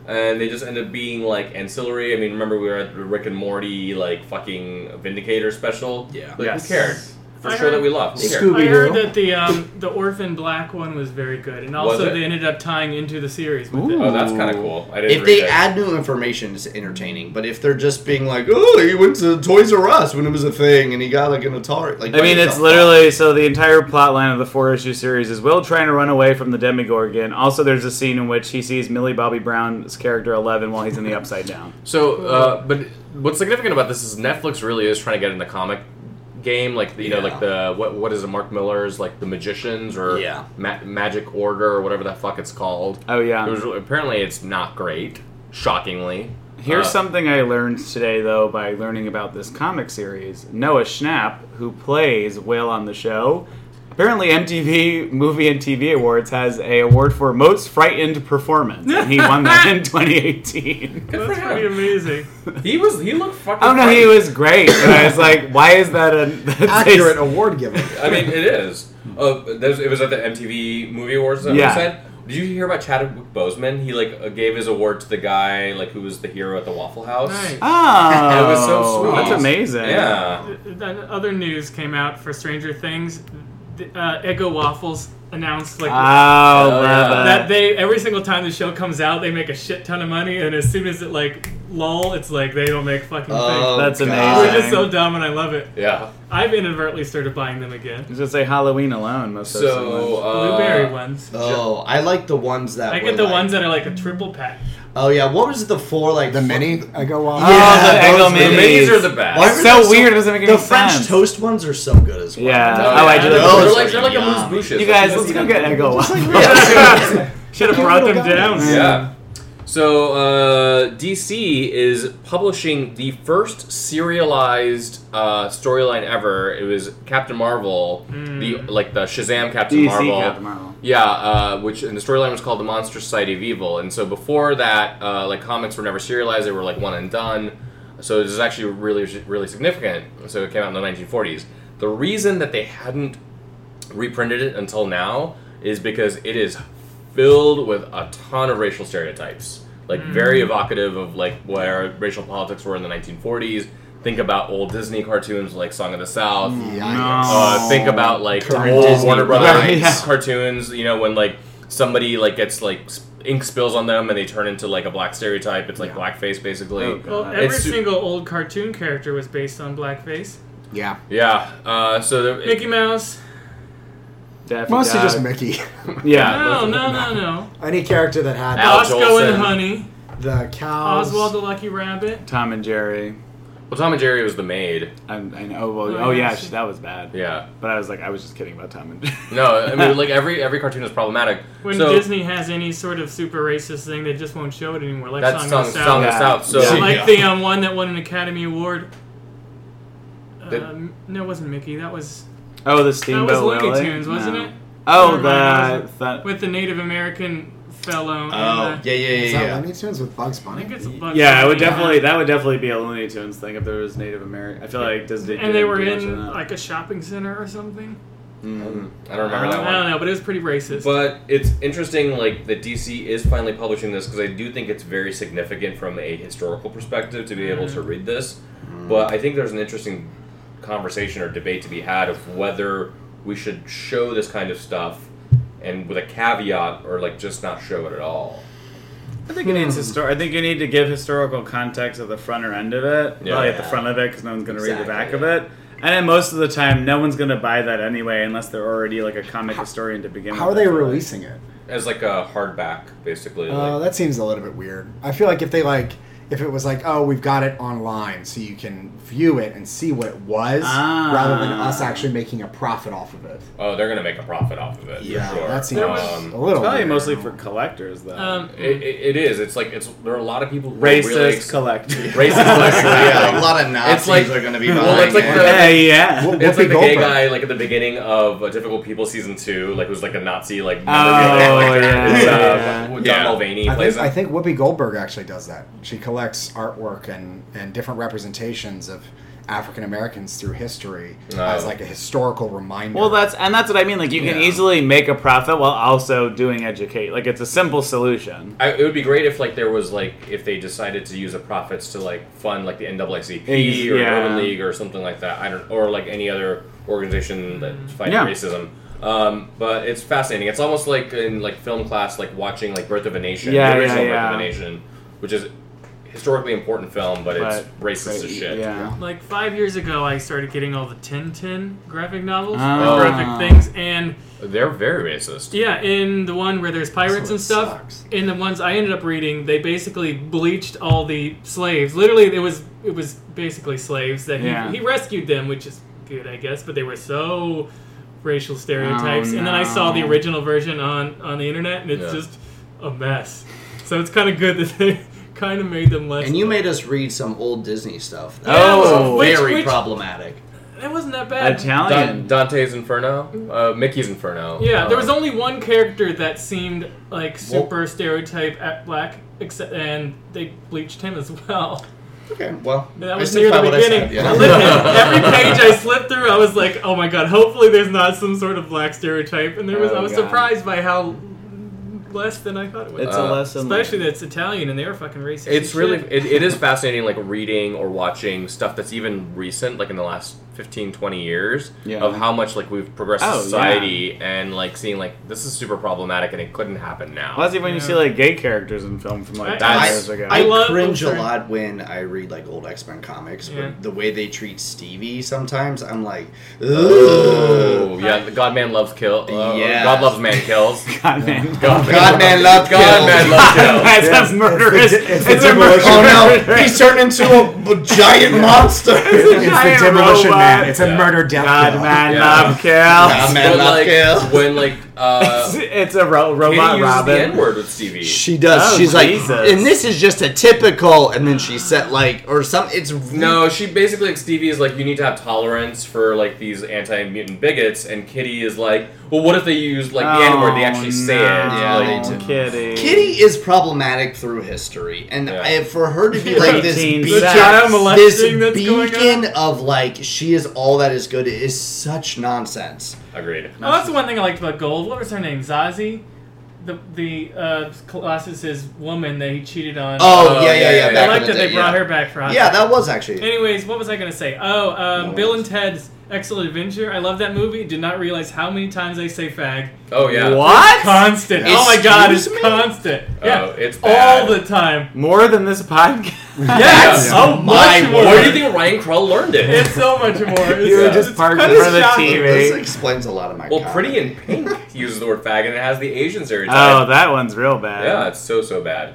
S2: and they just end up being like ancillary. I mean, remember we were at the Rick and Morty like fucking Vindicator special.
S5: Yeah.
S2: like
S1: Yes.
S2: who cared? For
S3: I
S2: sure that
S3: heard-
S2: we loved. Who cared?
S4: Scooby-
S3: I heard
S4: Scooby-Doo.
S3: that the um, the Orphan Black one was very good, and also
S2: it?
S3: they ended up tying into the series with
S1: Ooh.
S3: it.
S2: Oh, that's kind of cool. I didn't
S5: If they
S2: read that.
S5: add new information, it's entertaining. But if they're just being like, "Oh, he went to Toys R Us when it was a thing, and he got like an Atari," like
S1: I mean,
S5: what
S1: it's
S5: the
S1: literally so the entire plot line of the four issue series is Will trying to run away from the Demigorgon. Also, there's a scene in which he sees Millie Bobby Brown's character Eleven while he's in the Upside Down.
S2: So, uh, but what's significant about this is Netflix really is trying to get in the comic game, like you know,
S5: Yeah.
S2: like the what what is it, Mark Miller's like the Magicians or
S5: Yeah.
S2: Ma- Magic Order or whatever the fuck it's called.
S1: Oh yeah.
S2: It was, apparently, it's not great. Shockingly,
S1: Here's
S2: Uh,
S1: something I learned today, though, by learning about this comic series. Noah Schnapp, who plays Will on the show, apparently MTV Movie and TV Awards has a award for most frightened performance, and he won that in 2018.
S2: Good for
S3: That's pretty
S2: him.
S3: amazing.
S2: He was he looked fucking.
S1: I don't know, Oh, he
S2: great.
S1: was great, but I was like, why is that a that's a-
S4: Accurate award giver.
S2: I mean, it is. Uh, there's, it was at the MTV Movie Awards. That
S1: Yeah.
S2: yeah. Said. Did you hear about Chadwick Boseman? He like uh, gave his award to the guy like who was the hero at the Waffle House.
S3: Nice.
S1: Oh,
S2: It was so sweet.
S1: That's amazing.
S2: Yeah.
S3: Then other news came out for Stranger Things. The, Uh, Eggo Waffles announced like
S1: Oh, love
S2: yeah.
S1: it.
S3: that they every single time the show comes out, they make a shit ton of money, and as soon as it like lull, it's like they don't make fucking
S5: Oh,
S1: That's
S5: God.
S1: amazing.
S3: things. We're just so dumb, and I love it.
S2: Yeah.
S3: I've inadvertently started buying them again.
S1: I was gonna say Halloween alone must have
S2: So
S1: much.
S2: uh,
S3: Blueberry ones.
S5: Oh, I like the ones that
S3: I
S5: were,
S3: get the
S5: like-
S3: ones that are like a triple pack.
S5: Oh yeah, what was the four like
S4: The
S5: fr-
S4: mini I go
S1: Oh,
S4: on.
S5: Yeah,
S1: the
S5: those
S1: Eggo
S5: were the
S1: minis.
S2: Minis are the best.
S5: Why were
S1: So
S5: those
S1: weird, it doesn't make any
S5: The French
S1: sense.
S5: toast ones are so good as well.
S1: Yeah.
S2: No,
S1: oh, I
S2: yeah,
S1: do
S2: they're
S1: like
S5: those.
S1: those.
S2: like- They're like,
S5: Yeah.
S2: a loose bouche.
S1: You guys, let's go get Eggo
S2: Yeah.
S1: Should have brought them down.
S2: yeah. So uh, DC is publishing the first serialized uh, storyline ever. It was Captain Marvel, the like the Shazam Captain
S1: DC
S2: Marvel.
S1: Captain Marvel.
S2: Yeah, uh, which and the storyline was called the Monster Society of Evil. And so before that, uh, like comics were never serialized; they were like one and done. So this is actually really really significant. So it came out in the 1940s. The reason that they hadn't reprinted it until now is because it is filled with a ton of racial stereotypes. Like very evocative of like where racial politics were in the 1940s. Think about old Disney cartoons like Song of the South.
S4: Oh, Hmm.
S2: Uh, think about like
S5: Current
S2: old
S5: Disney
S2: Warner Brothers
S1: rights. Yeah.
S2: cartoons. You know when like somebody like gets like s- ink spills on them and they turn into like a black stereotype. It's like blackface basically.
S1: Oh, God.
S3: Well,
S1: Uh,
S3: every
S2: it's su-
S3: single old cartoon character was based on blackface.
S4: Yeah.
S2: Yeah. Uh, so there, it-
S3: Mickey Mouse.
S1: Daffy
S4: Mostly
S1: Duck.
S4: just Mickey.
S1: Yeah.
S3: No, no, no, no.
S4: Any character that had
S2: Al
S3: Bosco
S2: Jolson.
S3: and Honey.
S4: the cows.
S3: Oswald the Lucky Rabbit.
S1: Tom and Jerry.
S2: well, Tom and Jerry was the maid.
S1: I, I know. Well,
S3: Oh,
S1: oh
S3: yeah,
S1: yeah,
S3: she-
S1: that was bad.
S2: Yeah.
S1: But I was like, I was just kidding about Tom and Jerry.
S2: No, I mean like every every cartoon is problematic.
S3: When
S2: so,
S3: Disney has any sort of super racist thing, they just won't show it anymore. Like
S2: That's
S3: Song
S2: Song,
S3: of
S2: Song
S3: the South.
S2: of
S1: Yeah.
S2: the South. So
S5: Yeah.
S3: Like the um, one that won an Academy Award.
S2: That-
S3: Um, no, it wasn't Mickey. That was
S1: Oh, the
S3: that
S1: Steamboat
S3: was Looney
S1: Willie?
S3: Tunes, wasn't
S1: No.
S3: it?
S1: Oh,
S3: Never mind,
S1: the, th-
S3: With the Native American fellow.
S5: Oh
S3: and the,
S5: yeah, yeah,
S4: Is that
S5: yeah, yeah.
S4: Looney Tunes with Bugs
S3: I think
S4: Bunny?
S3: it's Bugs
S1: yeah, it
S3: Bunny,
S1: would definitely that would definitely be a Looney Tunes thing if there was Native American. I feel like Disney.
S3: And they
S1: didn't
S3: were
S1: do much of
S3: in
S1: that.
S3: like a shopping center or something.
S2: Mm, I don't remember that
S3: I
S2: one.
S3: don't know, but it was pretty racist.
S2: But it's interesting, like that DC is finally publishing this because I do think it's very significant from a historical perspective to be able
S4: Mm-hmm.
S2: to read this. But I think there's an interesting conversation or debate to be had of whether we should show this kind of stuff and with a caveat or like just not show it at all.
S1: I think it
S4: Hmm.
S1: needs histor- I think you need to give historical context at the front or end of it,
S2: Yeah.
S1: probably at the front of it because no one's going to read the
S5: Exactly.
S1: back of it. And then most of the time, no one's gonna buy that anyway, unless they're already like a comic historian to begin
S4: How are
S1: with.
S4: they
S1: I feel like.
S4: releasing it?
S2: as like a hardback, basically.
S4: Uh,
S2: like-
S4: that seems a little bit weird. I feel like if they like, if it was like, oh, we've got it online, so you can view it and see what it was,
S1: Ah.
S4: rather than us actually making a profit off of it.
S2: oh, they're gonna make a profit off of it.
S4: Yeah,
S2: for sure.
S4: that seems
S3: There was-
S4: a
S2: Um,
S1: It's
S4: little.
S1: probably
S4: weird.
S1: mostly for collectors though.
S3: Um,
S2: it, it, it is. It's like it's. There are a lot of people who are
S1: Racist
S2: really ex-
S1: collectors.
S2: racist collectors.
S5: yeah, a
S2: Yeah,
S5: lot of Nazis
S2: It's like-
S5: are going to be
S2: well,
S5: buying
S2: it's like
S5: it.
S2: the-
S1: Hey, yeah.
S4: Whoop-
S2: it's
S4: Whoopi
S2: like the gay
S4: Goldberg.
S2: guy, like at the beginning of uh, Difficult People season two, like who's like a Nazi, like. member
S1: Oh,
S2: of the- like,
S1: yeah,
S2: it's, uh,
S1: yeah.
S2: John
S5: Yeah.
S2: Mulvaney
S4: I
S2: plays
S4: think, I think Whoopi Goldberg actually does that. She collects artwork and, and different representations of African Americans through history
S2: Oh.
S4: as like a historical reminder.
S1: Well, that's and that's what I mean. Like you can
S4: Yeah.
S1: easily make a profit while also doing educate. Like it's a simple solution.
S2: I, it would be great if like there was like if they decided to use the profits to like fund like the NAACP
S1: Ex-
S2: or
S1: yeah.
S2: Urban League or something like that. I don't or like any other organization that's fighting
S1: Mm. Yeah.
S2: racism. Um, but it's fascinating. It's almost like in like film class, like watching like Birth of a Nation,
S1: Yeah,
S2: the original
S1: yeah, yeah.
S2: Birth of a Nation, which is historically important film, but it's
S1: But-
S2: racist as shit.
S1: Yeah.
S3: Like five years ago, I started getting all the Tintin graphic novels,
S2: Ah.
S1: Oh.
S3: the graphic things, and
S2: They're very racist.
S3: yeah, in the one where there's pirates
S4: what
S3: and stuff,
S4: sucks.
S3: in the ones I ended up reading, they basically bleached all the slaves. Literally, it was it was basically slaves that he,
S1: Yeah.
S3: he rescued them, which is good, I guess. But they were so racial stereotypes.
S1: Oh,
S3: And then I saw the
S1: no.
S3: original version on on the internet, and it's
S2: Yeah.
S3: just a mess. So it's kind of good that they kind of made them less.
S5: and you made us read some old Disney stuff. That
S1: Oh,
S5: was
S3: which-
S5: very
S3: which-
S5: problematic.
S3: That wasn't that bad.
S1: Italian.
S2: Dan- Dante's Inferno, uh, Mickey's Inferno.
S3: Yeah, there
S2: um,
S3: was
S5: Uh,
S3: only one character that seemed like super stereotype at black, except and they bleached him as well.
S5: Okay, well,
S3: That
S5: I
S3: was
S5: stick
S3: near
S5: by
S3: the
S5: what I
S3: beginning.
S5: said, yeah.
S3: Literally, every page I slipped through, I was like, "Oh my god! Hopefully, there's not some sort of black stereotype." And there was,
S1: Oh,
S3: I was
S1: God.
S3: surprised by how less than I thought it was.
S1: It's
S2: Uh,
S1: a lesson.
S3: Especially that it's Italian and they were fucking racist.
S2: It's
S3: as
S2: really
S3: shit.
S2: it, it is fascinating like reading or watching stuff that's even recent like in the last 15 20 years
S1: Yeah.
S2: of how much like we've progressed
S1: Oh,
S2: as society and like seeing like this is super problematic and it couldn't happen now.
S1: Well, that's even when you
S3: Yeah.
S1: see like gay characters in film from like
S3: I-
S1: five
S5: I,
S1: years ago.
S5: I
S3: I love-
S5: cringe
S3: oh,
S5: a
S3: sorry.
S5: lot when I read like old X Men comics,
S3: Yeah.
S5: but the way they treat Stevie sometimes, I'm like, ugh.
S2: oh, yeah, God man loves kill. Uh,
S5: Yeah.
S2: God loves man kills.
S1: God, man.
S2: God,
S5: God man loved
S2: God man
S5: kills.
S2: loves kills.
S1: That's
S4: Yes, it's
S1: a
S4: the-
S1: murderous.
S4: it's the
S1: It's, a
S4: demolition
S1: murderous.
S5: Oh no, he's turned into a, a giant monster.
S4: it's
S1: Giant
S4: the demolition
S1: robot.
S4: man. It's a
S2: Yeah.
S4: murder death.
S1: God,
S4: kill.
S1: man,
S2: Yeah.
S1: love kill.
S5: God, man
S2: But,
S5: loves
S2: like,
S5: kills.
S2: When like uh,
S1: It's a ro-
S2: Katie
S1: robot
S2: uses the N
S1: Robin.
S2: word with Stevie.
S5: She does.
S1: Oh,
S5: She's like,
S1: Jesus.
S5: and this is just a typical. And then she said like, or some. It's
S2: No, she basically like Stevie is like you need to have tolerance for like these anti mutant bigots, and Kitty is like, well, what if they use like the N word? They
S3: Oh,
S2: actually say it.
S5: Yeah,
S2: like,
S5: they
S1: Oh,
S5: do.
S1: Kitty.
S5: Kitty is problematic through history, and
S2: Yeah.
S5: I, for her to be like this,
S1: Preteen
S5: beacon,
S1: sex. The child
S3: molesting
S5: this
S3: that's going
S5: beacon of like she is all that is good is such nonsense.
S2: Agreed.
S3: Oh, that's the one thing I liked about Gold. What was her name? Zazie. The the uh, Colossus's woman that he cheated on.
S5: Oh,
S2: Oh,
S5: yeah, yeah, yeah.
S2: yeah, yeah,
S3: I
S5: back
S3: like
S5: in the
S3: that they
S5: day,
S3: brought
S5: yeah.
S3: her back for Hot
S5: Yeah,
S3: Topic.
S5: that was actually.
S3: Anyways, what was I gonna say? Oh, um,
S5: No
S3: Bill and
S5: worries.
S3: Ted's Excellent Adventure. I love that movie. Did not realize how many times I say fag.
S2: Oh yeah. Oh,
S1: What?
S3: Constant. oh my god, it's
S5: Excuse me?
S3: constant.
S1: Oh.
S3: Yeah,
S2: it's
S3: all
S2: bad.
S3: the time.
S1: More than this podcast.
S3: Yes,
S2: Yeah.
S3: so
S5: My
S3: much
S5: word.
S3: more.
S2: Where do you think Ryan Krull learned it?
S3: It's so much more. It's,
S1: You were
S3: it's
S1: just parked
S3: kinda
S1: for the
S3: shocking.
S1: team.
S5: This explains a lot of Oh my.
S2: well,
S5: comedy.
S2: Pretty in Pink uses the word fag, and it has the Asian
S1: Oh,
S2: stereotype.
S1: that one's real bad.
S2: yeah, it's so so bad.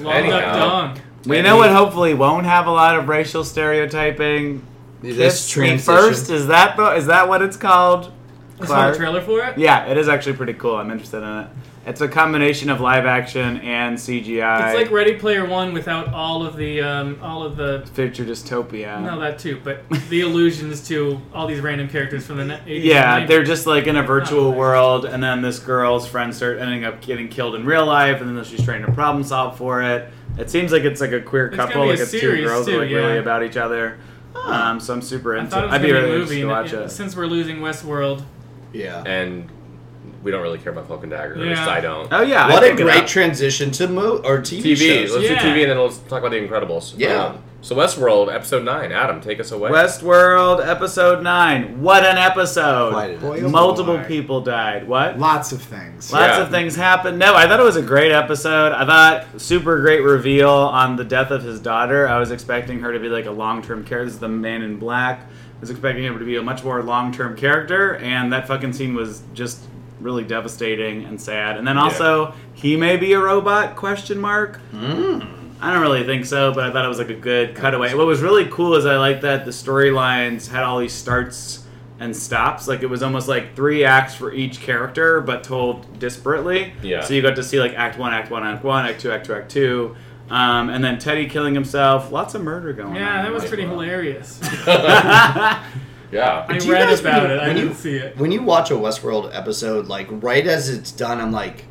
S3: Long
S2: Anyhow.
S3: Duck Dong.
S1: We
S2: Yeah,
S1: know
S2: he-
S1: what hopefully won't have a lot of racial stereotyping.
S5: This
S1: Kiss me
S5: transition.
S1: first is that the is that what it's called?
S3: I saw
S1: Clark?
S3: the trailer for it.
S1: Yeah, it is actually pretty cool. I'm interested in it. It's a combination of live action and CGI.
S3: It's like Ready Player One without all of the um, all of the
S1: future dystopia.
S3: no that too, but the allusions to all these random characters from the ni- 80s.
S1: yeah,
S3: and 90s.
S1: they're just like in a virtual
S3: nice.
S1: world, and then this girl's friends start ending up getting killed in real life, and then she's trying to problem solve for it. It seems like it's like a queer
S3: It's gonna
S1: couple,
S3: be a
S1: like it's two
S3: series,
S1: girls
S3: too,
S1: like really
S3: yeah.
S1: about each other. Um, so I'm super
S3: I
S1: into.
S3: thought
S1: it.
S3: it was
S1: I'd
S3: gonna
S1: be
S3: be a
S1: really
S3: movie.
S1: interested to
S3: and
S1: watch
S3: it-
S1: it.
S3: Since we're losing Westworld,
S5: Yeah.
S2: And we don't really care about Cloak and Dagger. At least
S3: Yeah.
S2: I don't.
S1: Oh yeah,
S5: what
S1: I
S5: a
S1: pick it
S5: great
S1: up.
S5: transition to mo or TV,
S2: TV.
S5: shows.
S2: Let's
S3: Yeah.
S2: do TV, and then let's talk about the Incredibles.
S5: Yeah.
S2: Um, so Westworld, episode nine. Adam, take us away.
S1: Westworld episode nine. What an episode!
S5: Quite an
S4: episode.
S1: Multiple
S4: Boy. oh
S1: people died. What?
S4: Lots of things.
S1: Lots
S2: Yeah.
S1: of things happened. No, I thought it was a great episode. I thought super great reveal on the death of his daughter. I was expecting her to be like a long term care. This is the man in black. was expecting him to be a much more long term character, and that fucking scene was just really devastating and sad. And then also, he may be a robot? Question mark. I don't really think so, but I thought it was like a good cutaway. What was really cool is I like that the storylines had all these starts and stops. Like it was almost like three acts for each character, but told disparately.
S2: Yeah.
S1: So you got to see like Act One, Act One, Act One, Act Two, Act Two, Act Two, um, and then Teddy killing himself. Lots of murder going on.
S3: Yeah, that was
S2: Like,
S3: pretty
S2: wow.
S3: hilarious.
S2: yeah.
S3: I
S5: Do you
S3: read
S5: guys-
S3: about it. I
S5: when you-
S3: didn't see it.
S5: When you watch a Westworld episode, like right as it's done, I'm like,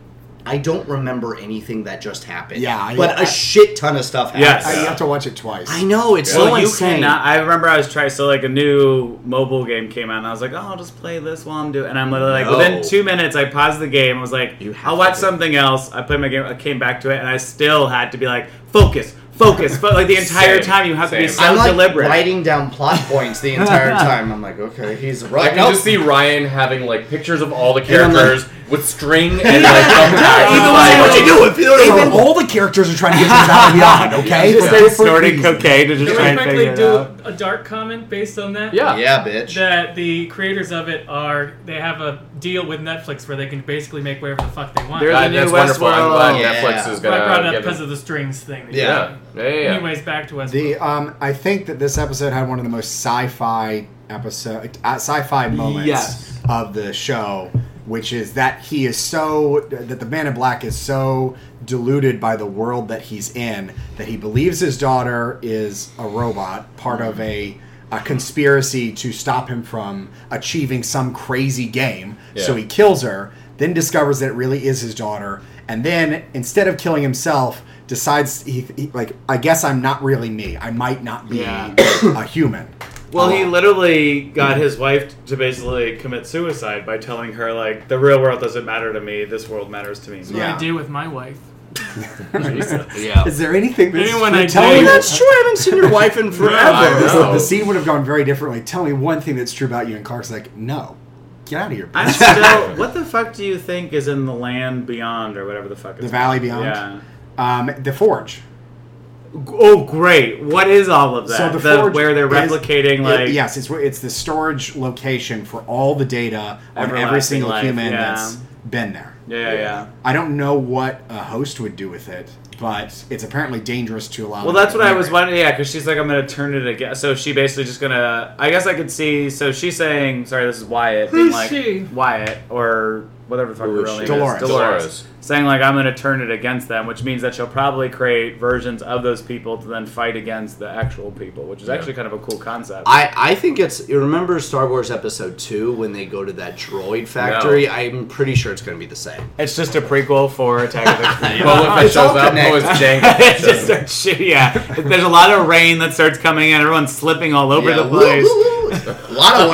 S5: I don't remember anything that just happened.
S4: Yeah, I-
S5: but a
S4: I-
S5: shit ton of stuff happened.
S1: Yes.
S4: I, Uh, you
S1: Yeah.
S4: have to watch it twice.
S5: I know it's
S1: Well,
S5: so
S1: you
S5: insane.
S1: cannot. I remember I was trying. So like a new mobile game came out, and I was like, "Oh, I'll just play this while I'm doing." And I'm literally like,
S5: No.
S1: within two minutes, I paused the game. I was like,
S5: You have
S1: "I'll
S5: to
S1: watch
S5: do-
S1: something else." I played my game. I came back to it, and I still had to be like, "Focus, focus." But like the entire
S2: Same,
S1: time, you have to be
S2: same.
S1: so
S5: I'm like
S1: deliberate.
S5: writing down plot points the entire time. I'm like, okay, he's
S2: I
S5: right.
S2: can
S5: Nope.
S2: just see Ryan having like pictures of all the
S5: And I'm like-
S2: characters with string and like
S5: "Oh,
S2: thumbtacks.
S5: Either way, what you do, if you don't
S4: Even all the characters are trying to get things out and beyond, okay?
S1: Just
S4: For
S1: started
S4: different
S1: snorting
S4: reasons.
S1: cocaine to just
S3: Can
S1: try
S3: we
S1: and
S3: quickly
S1: figure it out.
S3: do a dark comment based on that?
S1: "Oh,
S2: Yeah.
S5: Yeah, bitch.
S3: That the creators of it are they have a deal with Netflix where they can basically make whatever the fuck they want.
S1: There's
S3: I
S1: a
S2: God,
S1: new
S2: that's wonderful. I'm glad
S1: Westworld.
S5: Yeah.
S2: Netflix is
S3: I
S2: gonna.
S3: brought it up
S2: give
S3: because of the strings thing. that you
S5: Yeah.
S2: yeah.
S3: did.
S2: Yeah. yeah, yeah.
S3: Anyways, back to Westworld.
S4: The um, I think that this episode had one of the most sci-fi episode uh, sci-fi moments
S1: Yes.
S4: of the show, which is that he is so that the Man in Black is so deluded by the world that he's in that he believes his daughter is a robot, part of a a conspiracy to stop him from achieving some crazy game. So
S2: Yeah.
S4: he kills her, then discovers that it really is his daughter, and then instead of killing himself, decides he, he like I guess I'm not really me. I might not be
S1: Yeah.
S4: a human.
S1: Well, he
S4: Uh,
S1: literally got his wife to basically commit suicide by telling her, like, the real world doesn't matter to me, this world matters to me.
S3: That's what
S4: yeah.
S3: I do with my wife.
S2: Yeah.
S4: Is there anything that's
S3: Anyone
S4: true?
S3: I
S4: Tell
S3: date-
S4: me
S3: Well,
S4: that
S5: That's true. I haven't seen your wife in
S2: I
S5: forever.
S2: know.
S4: the scene would have gone very differently. Tell me one thing that's true about you. And Clark's like, no, get out of here. bitch."
S1: I'm still. What the fuck do you think is in the land beyond, or whatever the fuck? It's
S4: The Valley
S1: called?
S4: Beyond?
S1: Yeah.
S4: Um, the Forge.
S1: Oh, great! What is all of that?
S4: So the
S1: The-
S4: Forge
S1: where they're
S4: is-
S1: replicating,
S4: It-
S1: like,
S4: yes, it's where- it's the storage location for all the data on every
S1: Everlasting
S4: single
S1: life,
S4: human
S1: yeah.
S4: that's been there.
S1: yeah, yeah, yeah.
S4: I don't know what a host would do with it, but it's apparently dangerous to allow.
S1: Well,
S4: them
S1: that's
S4: to
S1: what I
S4: near
S1: was
S4: it.
S1: wondering. Yeah, because she's like, I'm gonna turn it again. So she basically just gonna. I guess I could see. So she's saying, "Sorry, this is Wyatt." being
S3: Who's
S1: like,
S3: she?
S1: Wyatt or whatever the fuck
S2: Who
S1: her
S2: is
S1: real
S2: she?
S1: name
S4: Dolores.
S1: is.
S2: Dolores.
S1: Saying like, "I'm gonna turn it against them," which means that she'll probably create versions of those people to then fight against the actual people, which is
S2: Yeah.
S1: actually kind of a cool concept.
S5: I, I think it's. You remember Star Wars Episode 2 when they go to that droid factory? I'm pretty sure it's going to be the same.
S1: it's just a prequel for Attack of the
S2: But what if it
S5: It's all
S2: shows up?
S5: connected.
S2: Oh, it's Jake.
S1: it just starts shooting. Yeah, there's a lot of rain that starts coming in. Everyone's slipping all over
S5: Yeah,
S1: the
S5: woo,
S1: place.
S5: woo, woo. A lot of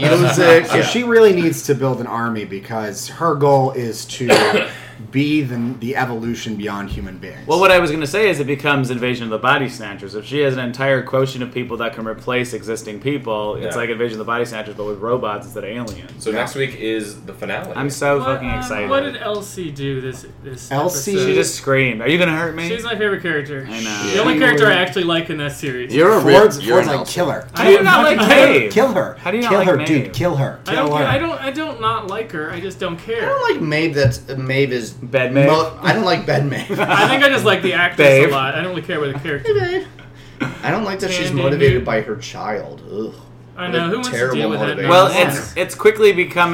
S5: music.
S4: So she really needs to build an army because her goal is to be the, the evolution beyond human beings.
S1: Well, what I was going to say is it becomes Invasion of the Body Snatchers. If she has an entire quotient of people that can replace existing people, it's
S2: Yeah.
S1: like Invasion of the Body Snatchers, but with robots instead of aliens.
S2: So next week is the finale.
S1: I'm so
S3: What,
S1: fucking
S3: um,
S1: excited.
S3: What did Elsie do this this
S4: Elsie-
S1: she
S3: episode?
S1: just screamed. Are you going to hurt me?
S3: She's my favorite character.
S1: I know.
S3: The only
S4: She
S3: character
S4: was-
S3: I actually like in that series.
S5: You're a real-
S4: Ford's,
S5: you're
S4: Ford's
S5: an
S4: like,
S5: elf.
S4: kill her.
S1: How do you not like
S3: I don't-
S1: Cave?
S4: Kill her.
S1: How do you not
S4: kill
S1: like
S4: her,
S1: Maeve?
S4: dude? Kill her.
S3: I
S4: kill
S3: don't,
S4: her.
S3: I don't. I don't not like her. I just don't care.
S5: I don't like Maeve that's. Maeve is.
S1: Bad Maeve?
S5: I don't like Bad Maeve.
S3: I think I just like the actress
S1: Babe.
S3: a lot. I don't really care about the character.
S5: I don't like that she's
S3: Standing
S5: motivated
S3: here.
S5: by her child. Ugh.
S3: I know who wants to deal
S5: Terrible
S3: with that.
S5: motivation.
S1: Well,
S3: nonsense?
S1: it's it's quickly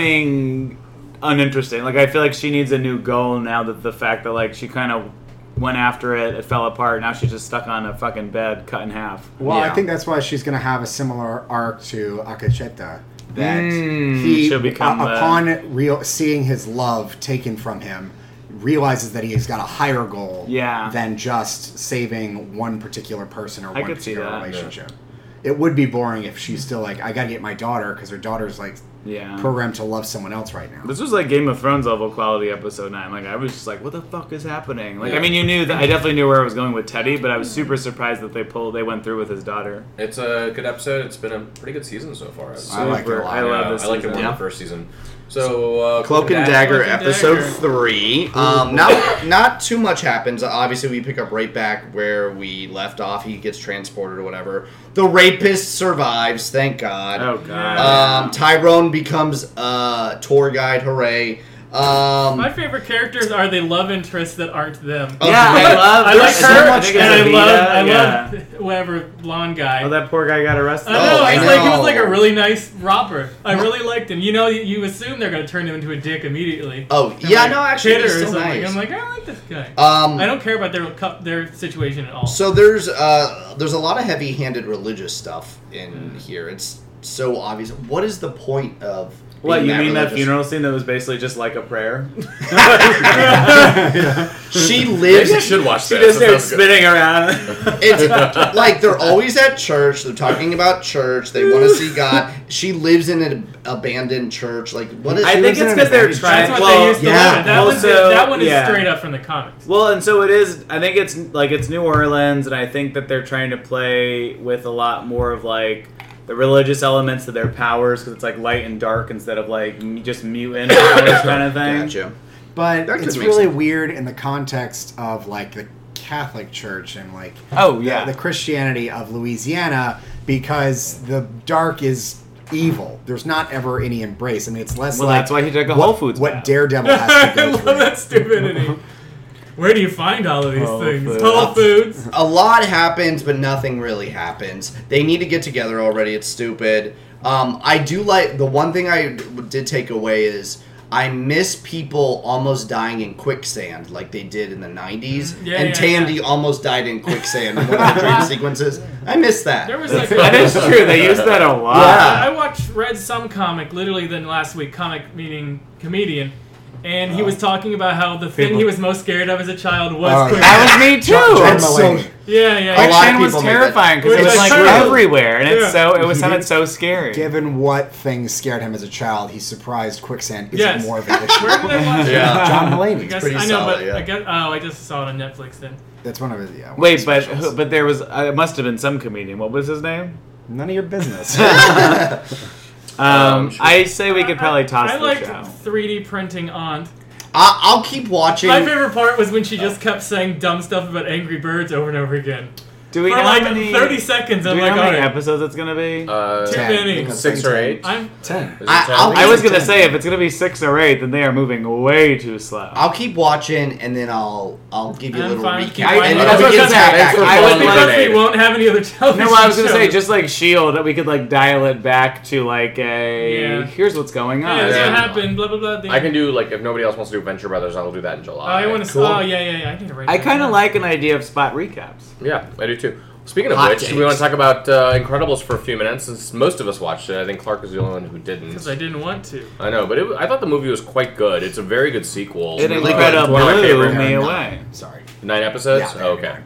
S1: becoming uninteresting. Like I feel like she needs a new goal now that the fact that like she kind of went after it, it fell apart. Now she's just stuck on a fucking bed, cut in half.
S4: Well, I
S5: Yeah.
S4: think that's why she's going to have a similar arc to Akacheta. That
S1: Mm,
S4: he,
S1: she'll become,
S4: u-
S1: uh,
S4: upon real, seeing his love taken from him, realizes that he's got a higher goal
S1: Yeah.
S4: than just saving one particular person or
S1: I
S4: one
S1: could see
S4: particular
S1: that.
S4: relationship. It would be boring if she's still like, I got to get my daughter because her daughter's like
S1: Yeah.
S4: programmed to love someone else right now.
S1: Uh-huh. This was like Game of Thrones level quality episode nine. Like I was just like, what the fuck is happening? Like
S2: Yeah.
S1: I mean, you knew that I definitely knew where I was going with Teddy, but I was super surprised that they pulled they went through with his daughter.
S2: It's a good episode. It's been a pretty good season so far. I would say.
S4: I like it a
S1: Super-
S4: lot.
S1: I love this.
S2: I liked it more
S1: season.
S2: than the first season. So uh,
S5: Cloak and Dagger,
S3: Cloak and
S5: episode
S3: Dagger.
S5: three. Um, not not too much happens. Obviously, we pick up right back where we left off. He gets transported or whatever. The rapist survives, thank God.
S1: Oh god.
S5: Um, Tyrone becomes a tour guide. Hooray!
S3: My
S5: Um,
S3: favorite characters are the love interests that aren't them.
S5: Oh,
S1: yeah, I
S5: okay.
S1: love.
S3: I
S1: there's
S3: like
S1: so
S3: her,
S1: much-
S3: and I
S1: Evita,
S3: love, I
S1: yeah.
S3: love whatever blonde guy.
S1: Oh, that poor guy got arrested.
S3: I know.
S5: Oh, I
S3: he's like he was like
S5: know.
S3: a really nice robber. I really liked him. You know, you, you assume they're gonna turn him into a dick immediately.
S5: oh
S3: They're
S5: yeah,
S3: like,
S5: no, actually,
S3: "Shitter,"
S5: he's
S3: or
S5: still
S3: something.
S5: nice.
S3: I'm like, I like this guy.
S5: Um,
S3: I don't care about their cu- their situation at all.
S5: So there's uh, there's a lot of heavy-handed religious stuff in
S1: Hmm.
S5: here. It's so obvious. What is the point of
S1: What
S5: being
S1: you mean that
S5: religious?
S1: funeral scene that was basically just like a prayer?
S5: She
S2: Maybe I
S5: lives.
S2: should watch
S1: She
S2: that.
S1: just started
S2: That sounds good.
S1: spinning around.
S5: It's like they're always at church. They're talking about church. They want to see God. She lives in an abandoned church. Like what is?
S1: I think it's because they're trying.
S3: That's what
S1: well,
S3: they used to
S5: yeah.
S3: live in. That,
S1: Well,
S3: one's-
S1: so-
S3: that one is
S1: yeah.
S3: straight up from the comics.
S1: Well, and so it is. I think it's like it's New Orleans, and I think that they're trying to play with a lot more of like the religious elements of their powers because it's like light and dark instead of like m- just mutant powers kind of thing.
S5: Gotcha.
S4: But
S5: That could
S4: it's
S5: make
S4: really
S5: sense.
S4: weird in the context of like the Catholic Church and like
S1: Oh,
S4: the-
S1: yeah.
S4: the, Christianity of Louisiana because the dark is evil. There's not ever any embrace. I mean, it's less
S1: Well,
S4: like
S1: that's why he took a
S4: what,
S1: Whole Foods
S4: What
S1: bath.
S4: Daredevil has to
S3: I
S4: go
S3: love
S4: through.
S3: that stupidity. Where do you find all of these
S1: Whole
S3: things?
S1: Foods.
S3: Whole Foods.
S5: A lot happens, but nothing really happens. They need to get together already. It's stupid. Um, I do like the one thing I did take away is I miss people almost dying in quicksand like they did in the '90s.
S3: Mm-hmm. Yeah,
S5: and
S3: yeah,
S5: Tandy almost died in quicksand in one of the dream sequences. I miss that.
S3: There was like
S1: That is
S3: a,
S1: true. They used that a lot.
S3: I
S5: Yeah.
S3: watched read some comic literally then last week. Comic meaning comedian. And he was talking about how the thing
S1: People-
S3: he was most scared of as a child was
S4: Oh,
S3: quicksand.
S1: That was me too.
S4: John
S5: That's so-
S4: Mulaney.
S3: Yeah, yeah.
S5: I
S3: yeah.
S5: like- lot of
S1: Quicksand was
S5: people make that-
S1: terrifying because
S3: Which
S1: it was
S3: is
S1: like
S3: true.
S1: everywhere, and it's
S3: Yeah.
S1: so it was sounded so scary.
S4: Given what things scared him as a child, he's surprised quicksand isn't
S3: Yes.
S4: more of an issue.
S3: Where did I watch it?
S5: Yeah.
S4: John
S3: I
S4: Mulaney.
S3: guess,
S5: pretty
S3: I know,
S5: solid,
S3: but
S5: yeah.
S3: I guess, oh, I just saw it on Netflix then.
S4: That's one of his. Yeah, one of
S1: Wait,
S4: his
S1: but
S4: specials.
S1: who- but there was uh, it must have been some comedian. What was his name?
S4: none of your business.
S1: Um,
S2: Um, sure.
S1: I say we could probably toss
S3: I, I
S1: this
S3: liked
S1: out.
S3: 3D printing Aunt.
S5: I- I'll keep watching.
S3: My favorite part was when she just kept saying dumb stuff about Angry Birds over and over again.
S1: Do we
S3: For
S1: know
S3: like
S1: how many?
S3: 30 seconds,
S1: do
S3: I'm
S1: we
S3: like,
S1: know how many
S3: alright.
S1: episodes it's gonna be?
S2: Uh,
S3: Ten. many.
S2: Six or eight?
S3: I'm,
S4: Ten.
S2: is it
S5: I-
S2: ten?
S5: I'll-
S1: I was gonna
S5: ten.
S1: say if it's gonna be six or eight, then they are moving way too slow.
S5: I'll keep watching, and then I'll I'll give you a
S3: I'm
S5: little
S3: fine.
S5: recap.
S3: Keep watching.
S5: and
S1: I-
S5: then
S1: that's
S5: we
S1: what
S5: can
S1: I'm
S5: tap
S1: saying.
S5: back
S1: It's
S5: in.
S1: I
S3: I
S1: was
S3: was because
S2: nominated.
S3: we won't have any other television
S1: no, I E was gonna say
S3: shows.
S1: just like Shield, we could like dial it back to like a
S3: Yeah.
S1: here's what's going
S3: Yeah,
S1: on.
S3: that's
S2: Yeah.
S3: what happened, blah, blah, blah. the-
S2: I can do like if nobody else wants to do Venture Brothers, I'll do that in
S3: Oh,
S2: July.
S3: I want to.
S5: Cool.
S3: Oh, yeah, yeah, yeah. I need to write
S1: I
S3: that
S1: kind of
S3: down.
S1: like an idea of spot recaps.
S2: Yeah, I do too. Speaking of
S5: Hot
S2: which,
S5: takes.
S2: we want to talk about uh, Incredibles for a few minutes since most of us watched it. I think Clark is the only one who didn't.
S3: Because I didn't want to.
S2: I know, but it, I thought the movie was quite good. It's a very good sequel.
S1: It
S2: Really good. It's
S1: incredible
S2: one of my favorite
S1: blew me
S4: Nine.
S1: away.
S4: Sorry.
S2: Nine episodes?
S4: Yeah.
S2: Oh, okay.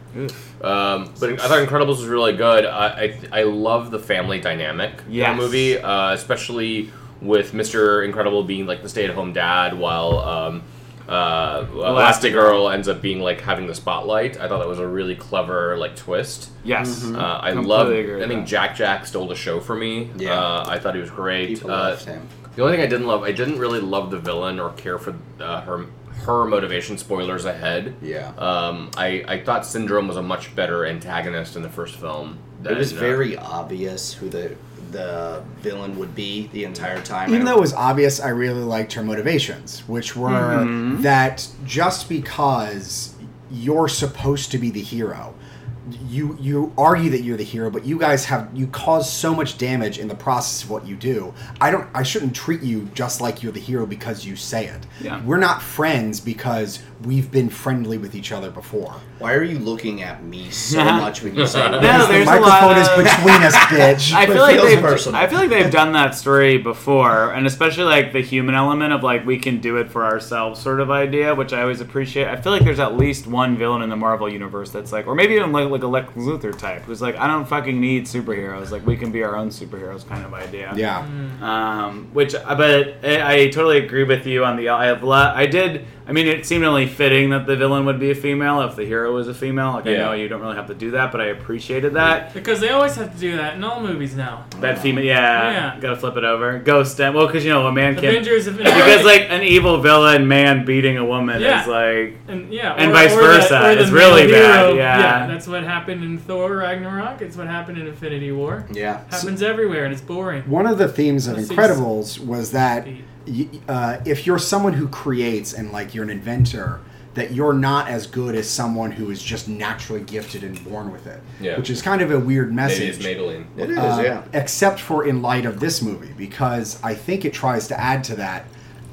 S2: Um, but I thought Incredibles was really good. I, I, I love the family dynamic
S1: Yes.
S2: in the movie, uh, especially with Mr. Incredible being like the stay at home dad while um, uh, Elastigirl ends up being like having the spotlight. I thought that was a really clever like twist.
S1: Yes.
S2: Uh, I
S1: Mm-hmm. Completely
S2: love.
S1: agree with
S2: I think
S1: that.
S2: Jack Jack stole the show for me.
S5: Yeah.
S2: Uh, I thought he was great.
S5: People
S2: Uh,
S5: loved him.
S2: the only thing I didn't love, I didn't really love the villain or care for uh, her her motivation. Spoilers ahead.
S5: Yeah.
S2: Um, I I thought Syndrome was a much better antagonist in the first film.
S5: It was
S2: than, uh,
S5: very obvious who the the villain would be the entire time.
S4: Even
S5: I
S4: though it
S5: don't-
S4: was obvious, I really liked her motivations, which were
S1: Mm-hmm.
S4: that just because you're supposed to be the hero, you you argue that you're the hero, but you guys have you cause so much damage in the process of what you do. I don't. I shouldn't treat you just like you're the hero because you say it.
S1: Yeah.
S4: We're not friends because we've been friendly with each other before.
S5: why are you looking at me so much when you say that?
S1: No,
S4: the
S1: there's a lot
S4: microphone is
S1: of-
S4: between us, bitch.
S1: I
S5: But
S1: feel
S5: it
S1: like
S5: feels
S1: they've
S5: personal.
S1: I feel like they've done that story before, and especially like the human element of like we can do it for ourselves sort of idea, which I always appreciate. I feel like there's at least one villain in the Marvel universe that's like, or maybe even like like a Lex Luthor type, who's like, I don't fucking need superheroes. Like we can be our own superheroes, kind of idea. uh,
S4: yeah.
S1: eh, Um, which, but I, I totally agree with you on the. I have. La- I did. I I mean, it seemed only fitting that the villain would be a female if the hero was a female. Like I
S2: Yeah.
S1: know you don't really have to do that, but I appreciated that.
S3: Because they always have to do that in all movies now.
S1: That female, yeah,
S3: Yeah.
S1: gotta flip it over. Ghost, and well, because you know a man can't
S3: Avengers have
S1: because like an evil villain man beating a woman
S3: Yeah.
S1: is like
S3: and, yeah,
S1: and
S3: or-
S1: vice
S3: or the-
S1: versa.
S3: or the
S1: It's really
S3: male
S1: bad,
S3: hero.
S1: yeah.
S3: that's what happened in Thor Ragnarok. It's what happened in Infinity War.
S4: Yeah.
S3: Happens everywhere, and it's boring.
S4: One of the themes of
S3: Let's see.
S4: Incredibles was that y- uh, if you're someone who creates and like you're an inventor, that you're not as good as someone who is just naturally gifted and born with it.
S2: Yeah.
S4: Which is kind of a weird message.
S2: Maybe it's Maybelline.
S5: It is,
S4: Uh,
S5: yeah.
S4: Except for in light of this movie, because I think it tries to add to that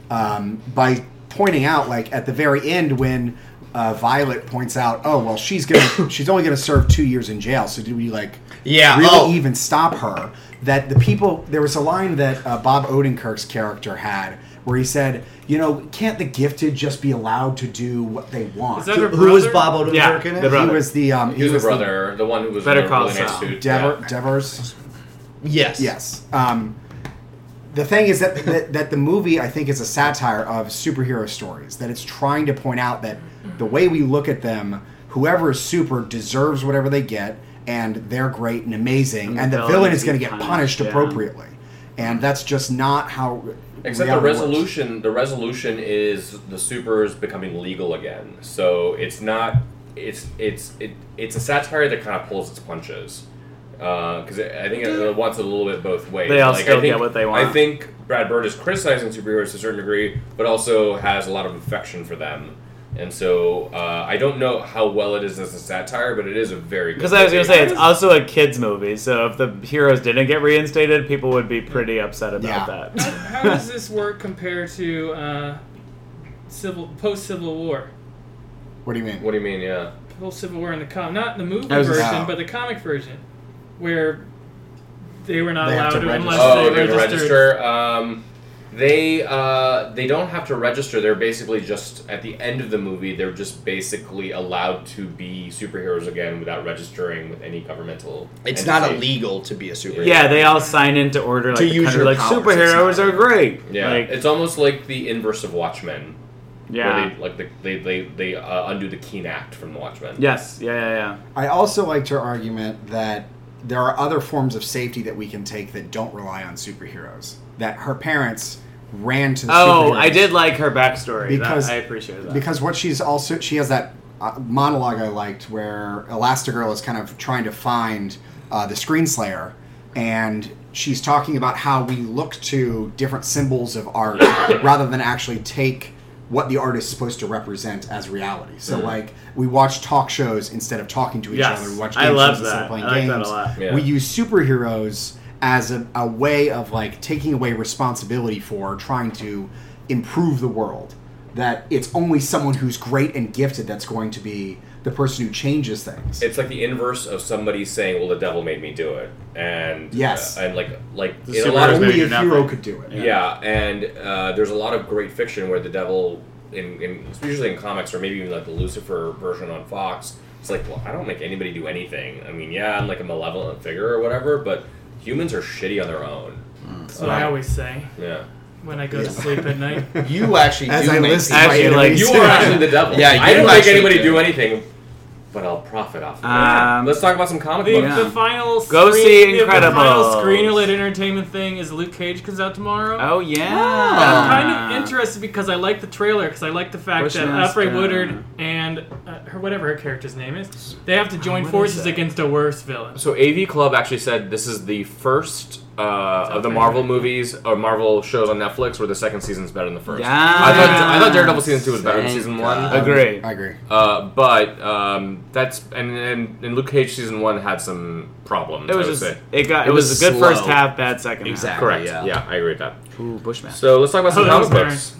S4: um, by pointing out, like at the very end when uh, Violet points out, "Oh, well, she's gonna, she's only gonna serve two years in jail." So do we like,
S5: Yeah,
S4: really
S5: oh.
S4: even stop her? That the people, there was a line that uh, Bob Odenkirk's character had. Where he said, "You know, can't the gifted just be allowed to do what they want?"
S3: Is that her
S5: Who was
S3: brother?
S5: Bob Odenkirk
S1: Yeah,
S5: in
S1: the
S5: it?
S4: he
S1: brother?
S4: was the um,
S2: He was the brother, the one who was
S1: Better
S2: in the
S1: Call
S2: really nice
S1: Saul.
S2: suit.
S4: Dever,
S2: yeah.
S4: Devers.
S5: Yes.
S4: Yes. Um, the thing is that, that that the movie I think is a satire of superhero stories. That it's trying to point out that the way we look at them, whoever is super deserves whatever they get, and they're great and amazing, and, the, villain is going to get
S1: punished,
S4: punished
S1: yeah.
S4: appropriately. And that's just not how.
S2: Except the
S4: reality works.
S2: resolution, the resolution is the supers becoming legal again. So it's not, it's it's it, it's a satire that kind of pulls its punches, because I think it, wants it a little bit both ways.
S1: They all
S2: Like, I
S1: still get
S2: think-
S1: what they want.
S2: I think Brad Bird is criticizing superheroes to a certain degree, but also has a lot of affection for them. And so uh, I don't know how well it is as a satire, but it is a very good.
S1: Because I was gonna
S2: movie.
S1: say it's also a kids movie, so if the heroes didn't get reinstated, people would be pretty upset about
S4: Yeah.
S1: that.
S3: How does this work compare to uh, civil post Civil War?
S4: What do you mean?
S2: What do you mean? Yeah.
S3: Post Civil War in the com, not the movie
S1: I was
S3: version,
S1: just-
S4: Oh.
S3: but the comic version, where they were not
S4: They have to
S3: allowed to,
S4: register.
S3: unless
S2: Oh,
S3: they
S2: they
S3: registered.
S2: register. Um, they uh, they don't have to register. They're basically just at the end of the movie. They're just basically allowed to be superheroes again without registering with any governmental.
S5: It's
S2: entity.
S5: not illegal to be a superhero.
S1: yeah, they all sign in to order like
S5: To
S1: the
S5: use
S1: country,
S5: your
S1: like
S5: powers,
S1: superheroes
S5: it's
S1: are
S5: not-
S1: great.
S2: Yeah,
S1: like,
S2: it's almost like the inverse of Watchmen. where
S1: yeah,
S2: they, like the, they they they uh, undo the Keen Act from Watchmen.
S1: yes, yeah, yeah, yeah.
S4: I also liked her argument that there are other forms of safety that we can take that don't rely on superheroes. That her parents ran to the
S1: Oh,
S4: superheroes.
S1: I did like her backstory.
S4: Because-
S1: that, I appreciate that.
S4: because what she's also she has that uh, monologue I liked where Elastigirl is kind of trying to find uh, the Screenslayer, and she's talking about how we look to different symbols of art rather than actually take what the art is supposed to represent as reality. So like we watch talk shows instead of talking to
S1: Mm-hmm.
S4: each
S1: Yes,
S4: other. We watch game
S1: I love
S4: shows instead
S1: that.
S4: of playing
S1: I like
S4: games.
S1: that a lot.
S2: Yeah.
S4: We use superheroes as a, a way of like taking away responsibility for trying to improve the world. That it's only someone who's great and gifted that's going to be the person who changes things.
S2: It's like the inverse of somebody saying, "Well, the devil made me do it," and
S4: Yes.
S2: uh, and like like
S1: The
S2: in a lot of
S1: superheroes made
S4: only
S1: you
S4: a
S1: do
S4: hero
S1: nothing.
S4: could do it.
S2: Yeah, and uh, there's a lot of great fiction where the devil, in, in usually in comics or maybe even like the Lucifer version on Fox, it's like, well, I don't make anybody do anything. I mean, yeah, I'm like a malevolent figure or whatever, but humans are shitty on their own.
S3: That's what I always say
S2: Yeah,
S3: when I go to sleep at night.
S5: You actually
S4: As
S5: do
S4: I
S5: make
S4: listen
S5: people-
S4: to my
S1: Actually, like,
S4: enemies.
S2: you are actually the devil.
S5: Yeah,
S2: I
S5: you
S2: don't make
S5: actually
S2: anybody
S5: do.
S2: do anything, but I'll profit off. Of it.
S1: Um,
S2: Let's talk about some comic
S3: The,
S2: books.
S1: Yeah.
S3: the final
S1: Go
S3: screen,
S1: see
S3: the- The final
S1: Incredibles.
S3: screener-lit entertainment thing is Luke Cage comes out tomorrow.
S1: Oh yeah,
S3: I'm kind of interested because I like the trailer because I like the fact that
S1: Bushmaster.
S3: Alfred Woodard and uh, her whatever her character's name is, they have to join
S1: what is
S3: forces
S1: it?
S3: against a worse villain.
S2: So AV Club actually said this is the first uh, of the Marvel movies or Marvel shows on Netflix where the second season's better than the first.
S1: Yes.
S2: I
S1: Ah.
S2: thought I thought Daredevil season two was better than
S5: Thank
S2: season
S5: God.
S2: one.
S1: Agree.
S4: I agree.
S2: Uh, but um, that's and, and and Luke Cage season one had some problems.
S1: It was
S2: I would
S1: just
S2: say.
S1: it got it,
S5: It
S1: was,
S5: was
S1: a good
S5: slow.
S1: first half, bad second
S5: Exactly.
S2: correct.
S5: Yeah.
S2: Yeah. I agree with that.
S1: half. Ooh, Bushman.
S2: So let's talk about some
S3: Oh, that was
S2: comic books.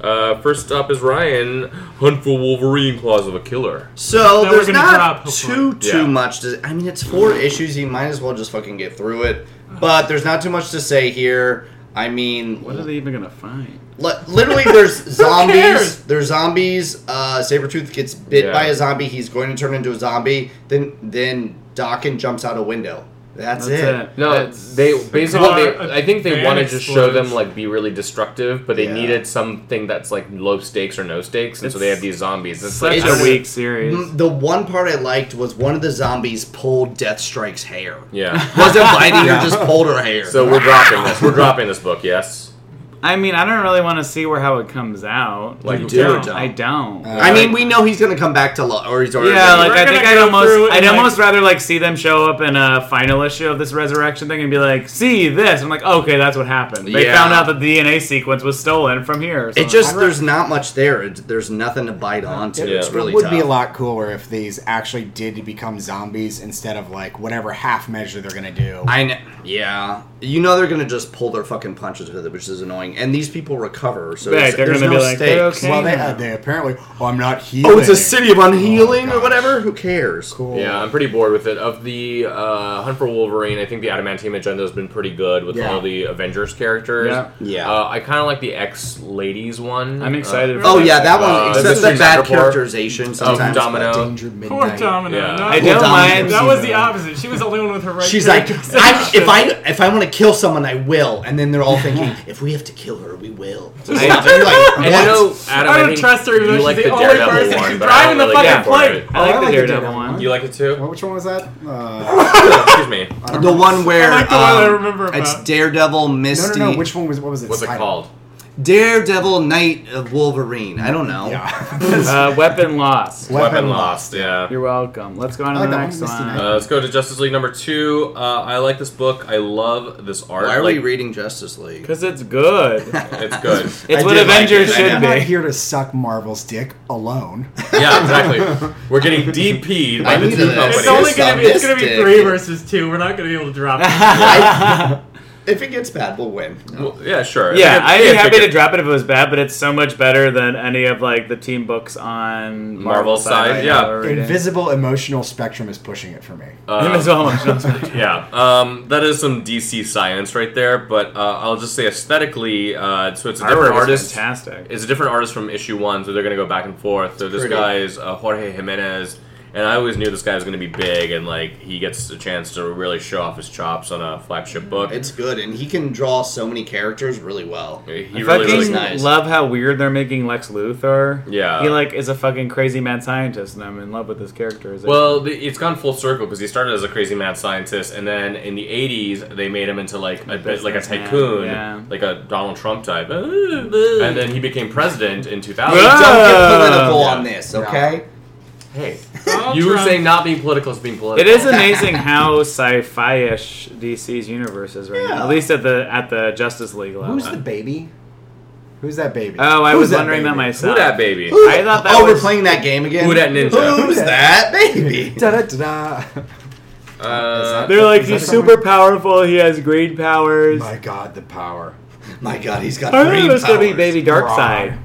S2: Uh, first up is Ryan Hunt for Wolverine Claws of a Killer.
S5: So
S3: That we're
S5: there's
S3: gonna
S5: not
S3: drop,
S5: too
S3: hopefully.
S5: too
S2: Yeah.
S5: much to. I mean, it's four
S1: Mm-hmm.
S5: issues. You might as well just fucking get through it. But there's not too much to say here. I mean,
S1: What are they even gonna find?
S5: li- literally, there's
S3: cares?
S5: zombies. There's zombies. Uh, Sabretooth gets bit
S2: Yeah.
S5: by a zombie. He's going to turn into a zombie. Then then Dawkins jumps out a window.
S4: That's,
S1: That's
S4: it.
S1: it.
S2: No,
S1: That's-
S2: they basically.
S3: car,
S2: They,
S3: a
S2: I think they
S3: van
S2: wanted to show
S3: explodes.
S2: them like be really destructive, but they
S4: Yeah.
S2: needed something that's like low stakes or no stakes, and so they
S1: It's
S2: had these zombies. It's
S1: such
S2: like
S5: It's-
S1: a weak series.
S5: Mm, The one part I liked was one of the zombies pulled Deathstrike's hair.
S2: yeah.
S5: Wasn't biting
S4: Yeah.
S5: her, just pulled her hair.
S2: So we're dropping this. We're dropping this book. Yes.
S1: I mean, I don't really want to see where how it comes out.
S2: Like,
S1: I
S2: you
S5: do or
S1: don't.
S5: don't?
S1: I don't.
S4: Uh,
S5: I mean, we know he's gonna come back to love, or he's already.
S1: yeah, like
S3: We're
S1: I
S3: gonna
S1: think I'd
S3: go through
S1: almost,
S3: it
S1: I'd
S3: and, like-
S1: almost rather like see them show up in a final issue of this resurrection thing and be like, "See this?" I'm like, "Okay, that's what happened." They
S5: Yeah.
S1: found out that the DNA sequence was stolen from here. or
S5: it
S1: something.
S5: just there's not much there. It, there's nothing to bite onto.
S4: It,
S2: Yeah.
S5: It's
S4: it
S5: really
S4: would
S5: tough.
S4: be a lot cooler if these actually did become zombies instead of like whatever half measure they're gonna do.
S5: I know. Yeah, you know they're gonna just pull their fucking punches with it, which is annoying. And these people recover, so
S1: Right,
S5: it's-
S1: they're
S5: there's
S1: gonna
S5: no
S1: be like,
S5: stakes.
S1: "They're okay."
S4: well, they, uh, they apparently. Oh, I'm not healing.
S5: Oh, it's a city of unhealing
S4: Oh,
S5: or whatever. Who cares?
S4: Cool.
S2: Yeah, I'm pretty bored with it. Of the uh, Hunt for Wolverine, I think the Adamantium agenda has been pretty good with
S5: Yeah.
S2: all the Avengers characters.
S1: Yeah.
S5: Yeah.
S2: Uh, I kind of like the X ladies one.
S1: I'm
S2: Uh,
S1: excited. for
S5: Oh yeah, that one.
S2: Uh,
S5: except
S2: this
S5: the
S2: is
S5: bad
S2: Rappaport.
S5: characterization sometimes. but-
S2: Domino.
S4: Danger
S3: Poor
S4: midnight.
S3: Domino.
S2: Yeah.
S3: No,
S1: I
S5: Well,
S1: don't
S5: Dom
S1: mind.
S3: That was the
S4: Yeah.
S3: opposite. She was the only one with her right.
S5: She's like, I,
S3: characterization.
S5: if I if I want to kill someone, I will. And then they're all thinking, if we have to kill her, we will. So
S2: I-
S5: like, they're like,
S2: And I
S5: what?
S2: know Adam.
S3: I don't
S2: think
S3: trust her even
S2: you
S3: though
S2: like
S3: she's
S2: the
S3: the only
S2: Daredevil
S3: person
S2: one,
S3: who's
S2: but I
S3: driving
S2: don't
S3: the
S2: really
S3: fucking
S2: care for
S3: plane.
S2: it.
S1: I like
S4: Oh, I
S1: the
S4: like the
S1: Daredevil
S4: Daredevil
S1: one.
S4: one.
S2: You like it too?
S4: Well, which one was that? Uh,
S3: Oh.
S2: Excuse me.
S4: I don't
S5: the
S4: remember.
S5: one where
S3: I like the one Oh I
S5: um,
S3: remember
S5: it's
S3: about.
S5: Daredevil,
S4: No,
S5: Misty,
S4: no, no. Which one was? What was it?
S2: What's it
S4: Spider-
S2: called?
S5: Daredevil, Knight of Wolverine. I don't know.
S4: Yeah.
S1: Uh, weapon loss.
S2: Weapon Lost. Yeah.
S1: You're welcome. Let's go on
S4: I
S1: to
S4: like
S1: the
S4: that
S1: next
S4: one,
S1: one.
S4: Misty Knight.
S2: Uh, let's go to Justice League number two. Uh, I like this book. I love this art.
S5: Why are
S2: like,
S5: we reading Justice League?
S1: Because it's good.
S2: It's good.
S1: It's
S5: I
S1: what
S5: did like
S1: Avengers
S5: it, I
S1: should
S4: I'm not
S1: be.
S4: here to suck Marvel's dick alone.
S2: yeah, exactly. We're getting DP'd by
S5: I
S2: the
S5: need
S2: two
S5: this.
S2: companies.
S3: It's only gonna be it's gonna be
S5: Sadistic.
S3: three versus two. We're not gonna be able to drop. it.
S5: If it gets bad, we'll win.
S2: Well, yeah, sure.
S1: Yeah,
S2: I
S1: I'd
S2: think
S1: be
S2: it-
S1: happy to
S2: it-
S1: drop it if it was bad, but it's so much better than any of like the team books on
S2: Marvel side,
S1: right
S2: yeah.
S1: now we're reading.
S4: Invisible emotional spectrum is pushing it for me.
S2: uh,
S1: Invisible Emotional Spectrum.
S2: yeah, um, that is some DC science right there. But uh, I'll just say aesthetically, uh, so it's a
S1: Artwork
S2: different
S1: is
S2: artist.
S1: fantastic.
S2: It's a different artist from issue one, so they're gonna go back and forth. So this
S5: Pretty.
S2: guy is uh, Jorge Jimenez, and I always knew this guy was gonna be big, and like he gets a chance to really show off his chops on a flagship book.
S5: It's good, and he can draw so many characters really well.
S2: he
S1: I
S2: really,
S1: fucking
S2: really
S5: nice.
S1: love how weird they're making Lex Luthor.
S2: Yeah.
S1: he like is a fucking crazy mad scientist, and I'm in love with this character. Is it-
S2: Well, the, it's gone full circle because he started as a crazy mad scientist, and then in the '80s they made him into like a bit like a
S1: Businessman,
S2: tycoon,
S1: yeah.
S2: like a Donald Trump type, and then he became president in 2000.
S1: Yeah.
S5: Don't get
S1: Uh,
S5: political
S2: yeah.
S5: on this, okay?
S2: Hey,
S3: Donald
S2: you were
S3: Trump.
S2: saying not being political is being political.
S1: it is amazing how sci-fi-ish DC's universe is right now.
S5: Yeah.
S1: At least at the at the Justice League level.
S4: Who's the baby? Who's that baby?
S1: oh, I
S4: Who's
S1: was wondering that
S4: baby?
S1: myself.
S2: Who that baby?
S5: Who-
S1: I thought that
S5: oh, we're
S1: was-
S5: playing that game again.
S2: Who dat ninja?
S5: Who's that baby?
S4: Da da da da.
S2: Uh,
S1: They're like
S4: Is that
S1: he's
S4: the-
S1: super powerful. He has green powers.
S4: My God, the power.
S5: My God, he's got
S1: I thought
S5: green
S1: it was gonna be
S5: powers.
S1: baby Darkseid.
S4: Wrong.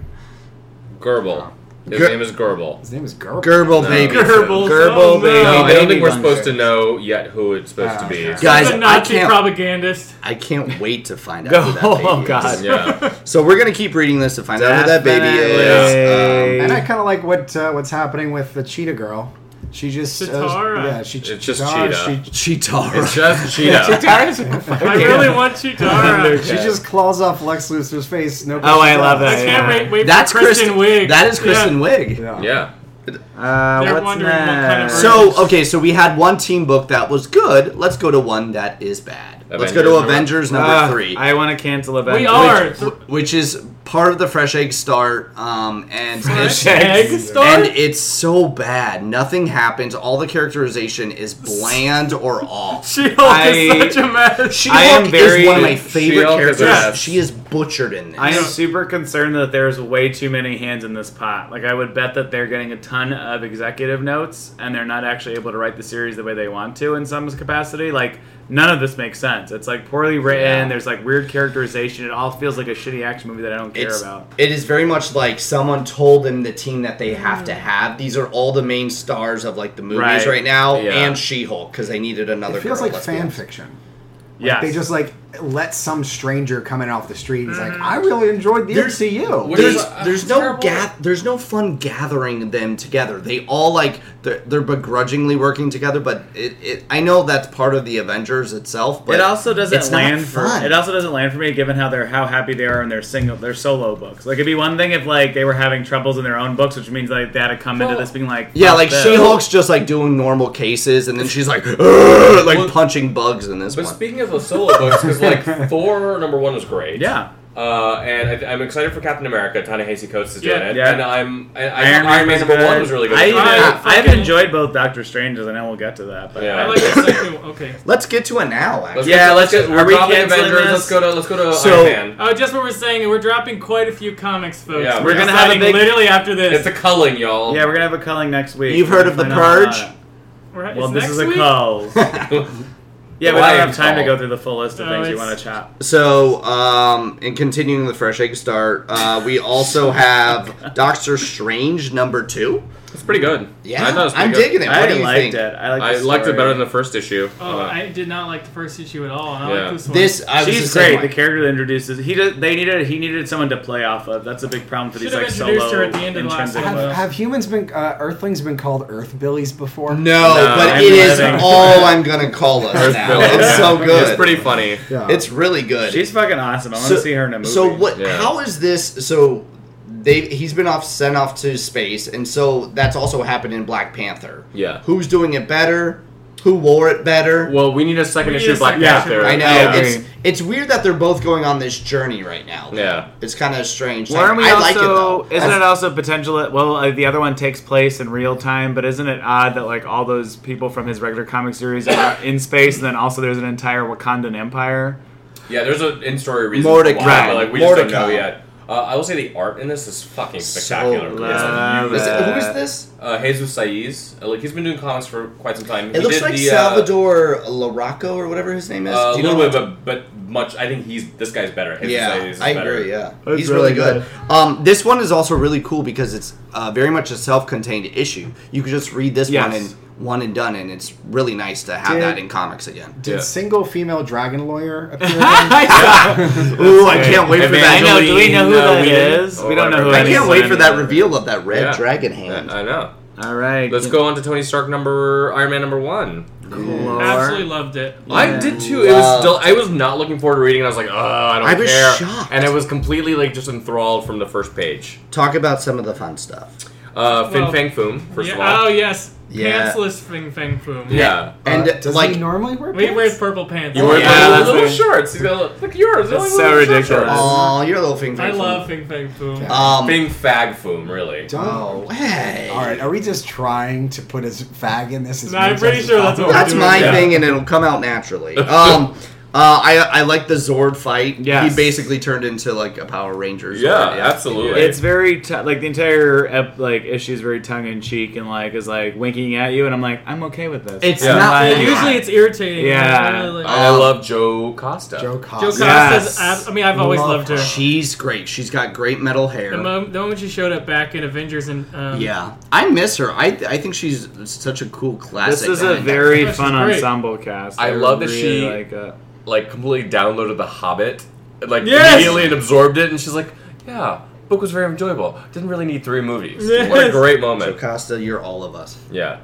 S2: Gerbil. His
S5: Ger-
S2: name is Gerbil.
S4: His name is Gerb.
S5: Gerbil
S2: No.
S5: baby.
S3: Goebbels.
S1: Goebbels,
S3: Oh, no.
S1: baby.
S2: No, I don't
S1: baby
S2: think we're
S1: bunker.
S2: supposed to know yet who it's supposed to be.
S4: Ah, okay.
S5: Guys,
S3: He's
S5: I
S3: a Nazi
S5: can't-
S3: propagandist.
S5: I can't wait to find out
S1: Go-
S5: who that baby
S1: oh,
S5: is.
S1: God.
S2: Yeah.
S5: So we're gonna keep reading this to find out who that baby
S1: Definitely.
S5: is. Um,
S4: And I kind of like what uh, what's happening with the cheetah girl. She just uh,
S3: Chitara.
S4: yeah, she
S2: It's just
S4: Chitara, She,
S2: It's
S5: Chitara.
S2: just Cheetah.
S3: I really want Chitara.
S4: she just claws off Lex Luthor's face. No.
S1: Oh, I love
S3: I
S1: that.
S3: can't
S1: Yeah.
S3: wait, wait
S5: That's
S3: for Kristen Wiig.
S5: That is Kristen
S3: Yeah.
S5: Wiig.
S4: Yeah.
S2: Yeah.
S1: Uh,
S3: They're
S1: what's
S3: wondering what kind of
S1: next?
S5: So okay, so we had one team book that was good. Let's go to one that is bad. Let's go to
S2: Avengers
S5: Avengers number
S1: Ah,
S5: three,
S1: I want to cancel Avengers.
S3: We are
S5: which, which is part of the Fresh Egg Start. Um, and
S3: Fresh
S5: it's,
S3: egg
S5: and
S3: star.
S5: it's so bad. Nothing happens. All the characterization is bland or off.
S3: She Hulk
S1: I-
S3: is such a mess.
S5: She
S1: I am very-
S5: is one of my favorite
S2: She-Hulk is
S5: characters.
S2: badass.
S5: She is butchered in this.
S1: I am super concerned that there's way too many hands in this pot. Like, I would bet that they're getting a ton of executive notes, and they're not actually able to write the series the way they want to in some capacity. Like, none of this makes sense. It's like poorly written.
S5: Yeah.
S1: There's like weird characterization. It all feels like a shitty action movie that I don't care
S5: it's,
S1: about.
S5: It is very much like someone told them the team that they have
S4: Mm.
S5: to have. These are all the main stars of like the movies
S1: Right.
S5: right, now
S2: Yeah.
S5: and She-Hulk because they needed another.
S4: It feels
S5: girl,
S4: like
S5: let's be
S4: fan
S5: honest.
S4: fiction.
S1: Yeah,
S4: They just like let some stranger come in off the street. He's like, I really enjoyed the
S5: There's-
S4: MCU.
S2: What-
S5: There's,
S2: There's a-
S5: there's
S2: a
S5: no
S2: terrible-
S5: ga- there's no fun gathering them together. They all like they're, they're begrudgingly working together, but it, it I know that's part of the Avengers itself. But
S1: it also doesn't
S5: it's not
S1: land for
S5: fun.
S1: it also doesn't land for me given how they're how happy they are in their single their solo books. Like it'd be one thing if like they were having troubles in their own books, which means like they had to come into
S3: Well-
S1: this being like
S5: yeah,
S1: "Fuck
S5: like
S1: this."
S5: She Hulk's just like doing normal cases, and then she's like "Ugh," like punching bugs in this
S2: But
S5: one.
S2: speaking of the solo books, because like Thor number one was great.
S1: Yeah.
S2: Uh, and I, I'm excited for Captain America. Ta-Nehisi Coates is doing
S3: Yeah.
S2: it.
S1: Yeah.
S2: And I'm I, I,
S1: Iron
S2: Iron, Man
S1: Man's
S2: number
S1: good.
S2: one was really good.
S1: I even,
S3: I
S1: I've
S3: fucking-
S1: enjoyed both Doctor Strange's, and I will get to that. But
S2: Yeah.
S3: I like the second one. Okay.
S5: Let's get to it now. Actually.
S2: Let's
S1: Yeah,
S2: get-
S1: let's
S2: get
S1: go-
S2: we're
S1: are we
S2: dropping
S1: canceling
S2: Avengers.
S1: this?
S2: Let's go to let's go to
S1: So-
S2: Iron Man.
S3: Oh, just what we're saying, we're dropping quite a few comics, folks.
S2: Yeah,
S1: we're gonna have a
S3: deciding
S1: big-
S3: literally after this.
S2: It's a culling, y'all.
S1: yeah, we're gonna have a culling next week.
S5: You've heard of the
S1: We're gonna find out
S5: Purge?
S1: about it.
S3: We're- it's
S1: Well, this
S3: next
S1: is a
S3: week?
S1: cull. Yeah, we don't
S2: Lion
S1: have time to
S2: cull.
S1: go through the full list of
S3: No,
S1: things you
S3: it's-
S1: want to chop.
S5: So, um, in continuing the fresh egg start, uh, we also have Doctor Strange number two.
S2: it's pretty good.
S5: Yeah,
S2: I thought it was pretty
S5: am
S2: good.
S5: digging it. What
S1: I
S5: do you
S1: liked
S5: think?
S1: it. I liked,
S2: I
S1: the
S2: liked it
S1: story.
S2: better than the first issue.
S3: Oh,
S2: Uh,
S3: I did not like the first issue at all, and I
S2: Yeah.
S3: like this one.
S5: This I was
S1: She's
S5: the same
S1: great.
S5: way.
S1: The character that introduces he did, they needed he needed someone to play off of. That's a big problem for these
S3: Should've
S1: like
S3: introduced
S1: solo
S3: her at the end of the last
S1: intrinsic
S3: one.
S1: books.
S3: Well-
S4: have, have humans been uh, Earthlings been called Earth Billies before?
S5: No,
S2: No,
S5: but
S2: I'm
S5: it is
S1: living.
S5: all I'm gonna call us
S2: Earth
S5: now.
S2: Billy,
S5: It's
S2: yeah.
S5: so good.
S2: It's pretty funny.
S4: Yeah.
S5: It's really good.
S1: She's fucking awesome. I want to see her in a movie.
S5: So what?
S2: Yeah.
S5: How is this? So they he's been off sent off to space, and so that's also happened in Black Panther.
S2: Yeah.
S5: Who's doing it better? Who wore it better?
S2: Well, we need a second
S3: We need
S2: issue
S3: a
S2: of Black
S3: second issue.
S2: Panther.
S5: I know
S1: Yeah.
S5: it's it's weird that they're both going on this journey right now.
S2: Yeah.
S5: it's kind of strange.
S1: Well, aren't we
S5: I
S1: also,
S5: like it though.
S1: Isn't it also potential? Well, uh, the other one takes place in real time, but isn't it odd that like all those people from his regular comic series are in space, and then also there's an entire Wakandan empire?
S2: Yeah, there's an in-story reason
S5: Mordecai.
S2: why, but like we just don't
S5: Mordecai.
S2: know yet. Uh, I will say the art in this is fucking spectacular.
S5: So
S2: It's
S1: love
S5: Is
S2: amazing.
S5: it- who is this?
S2: uh, Jesus Saiz, uh, like he's been doing comics for quite some time.
S5: It looks like
S2: the,
S5: Salvador Larocco or whatever his name
S2: Uh,
S5: is.
S2: uh, a
S5: Do you know
S2: little bit, but,
S5: what-
S2: but much. I think he's this guy's better. Jesus Saiz
S5: Yeah,
S2: is
S5: I
S2: better.
S5: agree. Yeah,
S1: That's
S5: he's really
S1: really
S5: good. Um, this one is also really cool because it's uh, very much a self-contained issue. You can just read this one
S1: Yes.
S5: and one and done, and it's really nice to have
S4: Did-
S5: that in comics again.
S4: Did
S2: Yeah.
S4: single female dragon lawyer appear? again?
S5: Ooh, I can't wait for
S1: I know.
S5: that.
S1: Do we know who
S2: Evangeline,
S1: that
S2: uh,
S1: is? We don't know who
S2: Whedon.
S5: I
S1: that is.
S5: can't wait for that reveal of that red
S2: Yeah.
S5: dragon hand.
S2: I, I know.
S1: All right,
S2: Let's go on to Tony Stark number Iron Man number one.
S1: Glor.
S3: Absolutely loved it.
S2: I
S1: Yeah.
S2: did too. It was
S5: Love.
S2: still. I was not looking forward to reading. it. I was like, oh, I don't
S5: I was
S2: care.
S5: shocked.
S2: And I was completely like just enthralled from the first page.
S5: Talk about some of the fun stuff.
S2: Uh, Fin
S3: Well,
S2: Fang Foom. First
S3: yeah.
S2: of all.
S3: Oh yes,
S5: Yeah.
S3: pantsless Fing Fang Foom.
S2: yeah.
S5: And
S4: Uh, does
S5: like,
S4: he normally wear?
S3: we wear
S4: pants?
S3: purple pants.
S2: You were
S1: Oh, Yeah,
S2: yeah,
S1: that's
S2: little
S1: weird.
S2: shorts. He's got a little, look yours.
S1: That's
S2: only
S1: so
S2: little short
S1: ridiculous.
S2: shorts.
S5: oh, you're a little finger.
S3: I love Fing Fang Foom.
S4: Yeah.
S5: Um,
S2: Bing fag foom, really.
S4: Don't-
S5: oh, hey.
S4: All right, are we just trying to put his fag in this? as
S3: No, I'm
S4: much as
S3: pretty
S4: is
S3: sure that's
S4: possible?
S3: what we're
S5: That's
S3: doing.
S5: my
S2: Yeah.
S5: thing, and it'll come out naturally. Um, uh, I I like the Zord fight.
S1: Yes.
S5: He basically turned into like a Power Ranger. Zord,
S2: Yeah, absolutely.
S1: It's very t- like the entire ep- like issue is very tongue in cheek and like is like winking at you, and I'm like, I'm okay with this.
S5: It's
S2: Yeah.
S5: not
S1: Yeah.
S3: Usually it's irritating.
S1: Yeah.
S3: I really like-
S2: And I love Joe Costa.
S4: Joe
S3: Joe
S4: Costa.
S3: Costa's.
S1: Yes.
S3: ab- I mean, I've always
S4: Love
S3: loved her.
S5: She's great. She's got great metal hair.
S3: The moment, the moment she showed up back in Avengers and um,
S5: yeah, I miss her. I I think she's such a cool
S1: this
S5: classic.
S1: is a
S5: villain.
S1: very
S3: This is
S1: fun
S3: great.
S1: ensemble cast.
S2: I love that she-
S1: like it.
S2: Like completely downloaded The Hobbit, like
S3: Yes!
S2: immediately and absorbed it, and she's like, "Yeah, book was very enjoyable. Didn't really need three movies.
S3: Yes.
S2: What a great
S5: Joe
S2: moment.
S5: Costa. You're all of us.
S2: Yeah,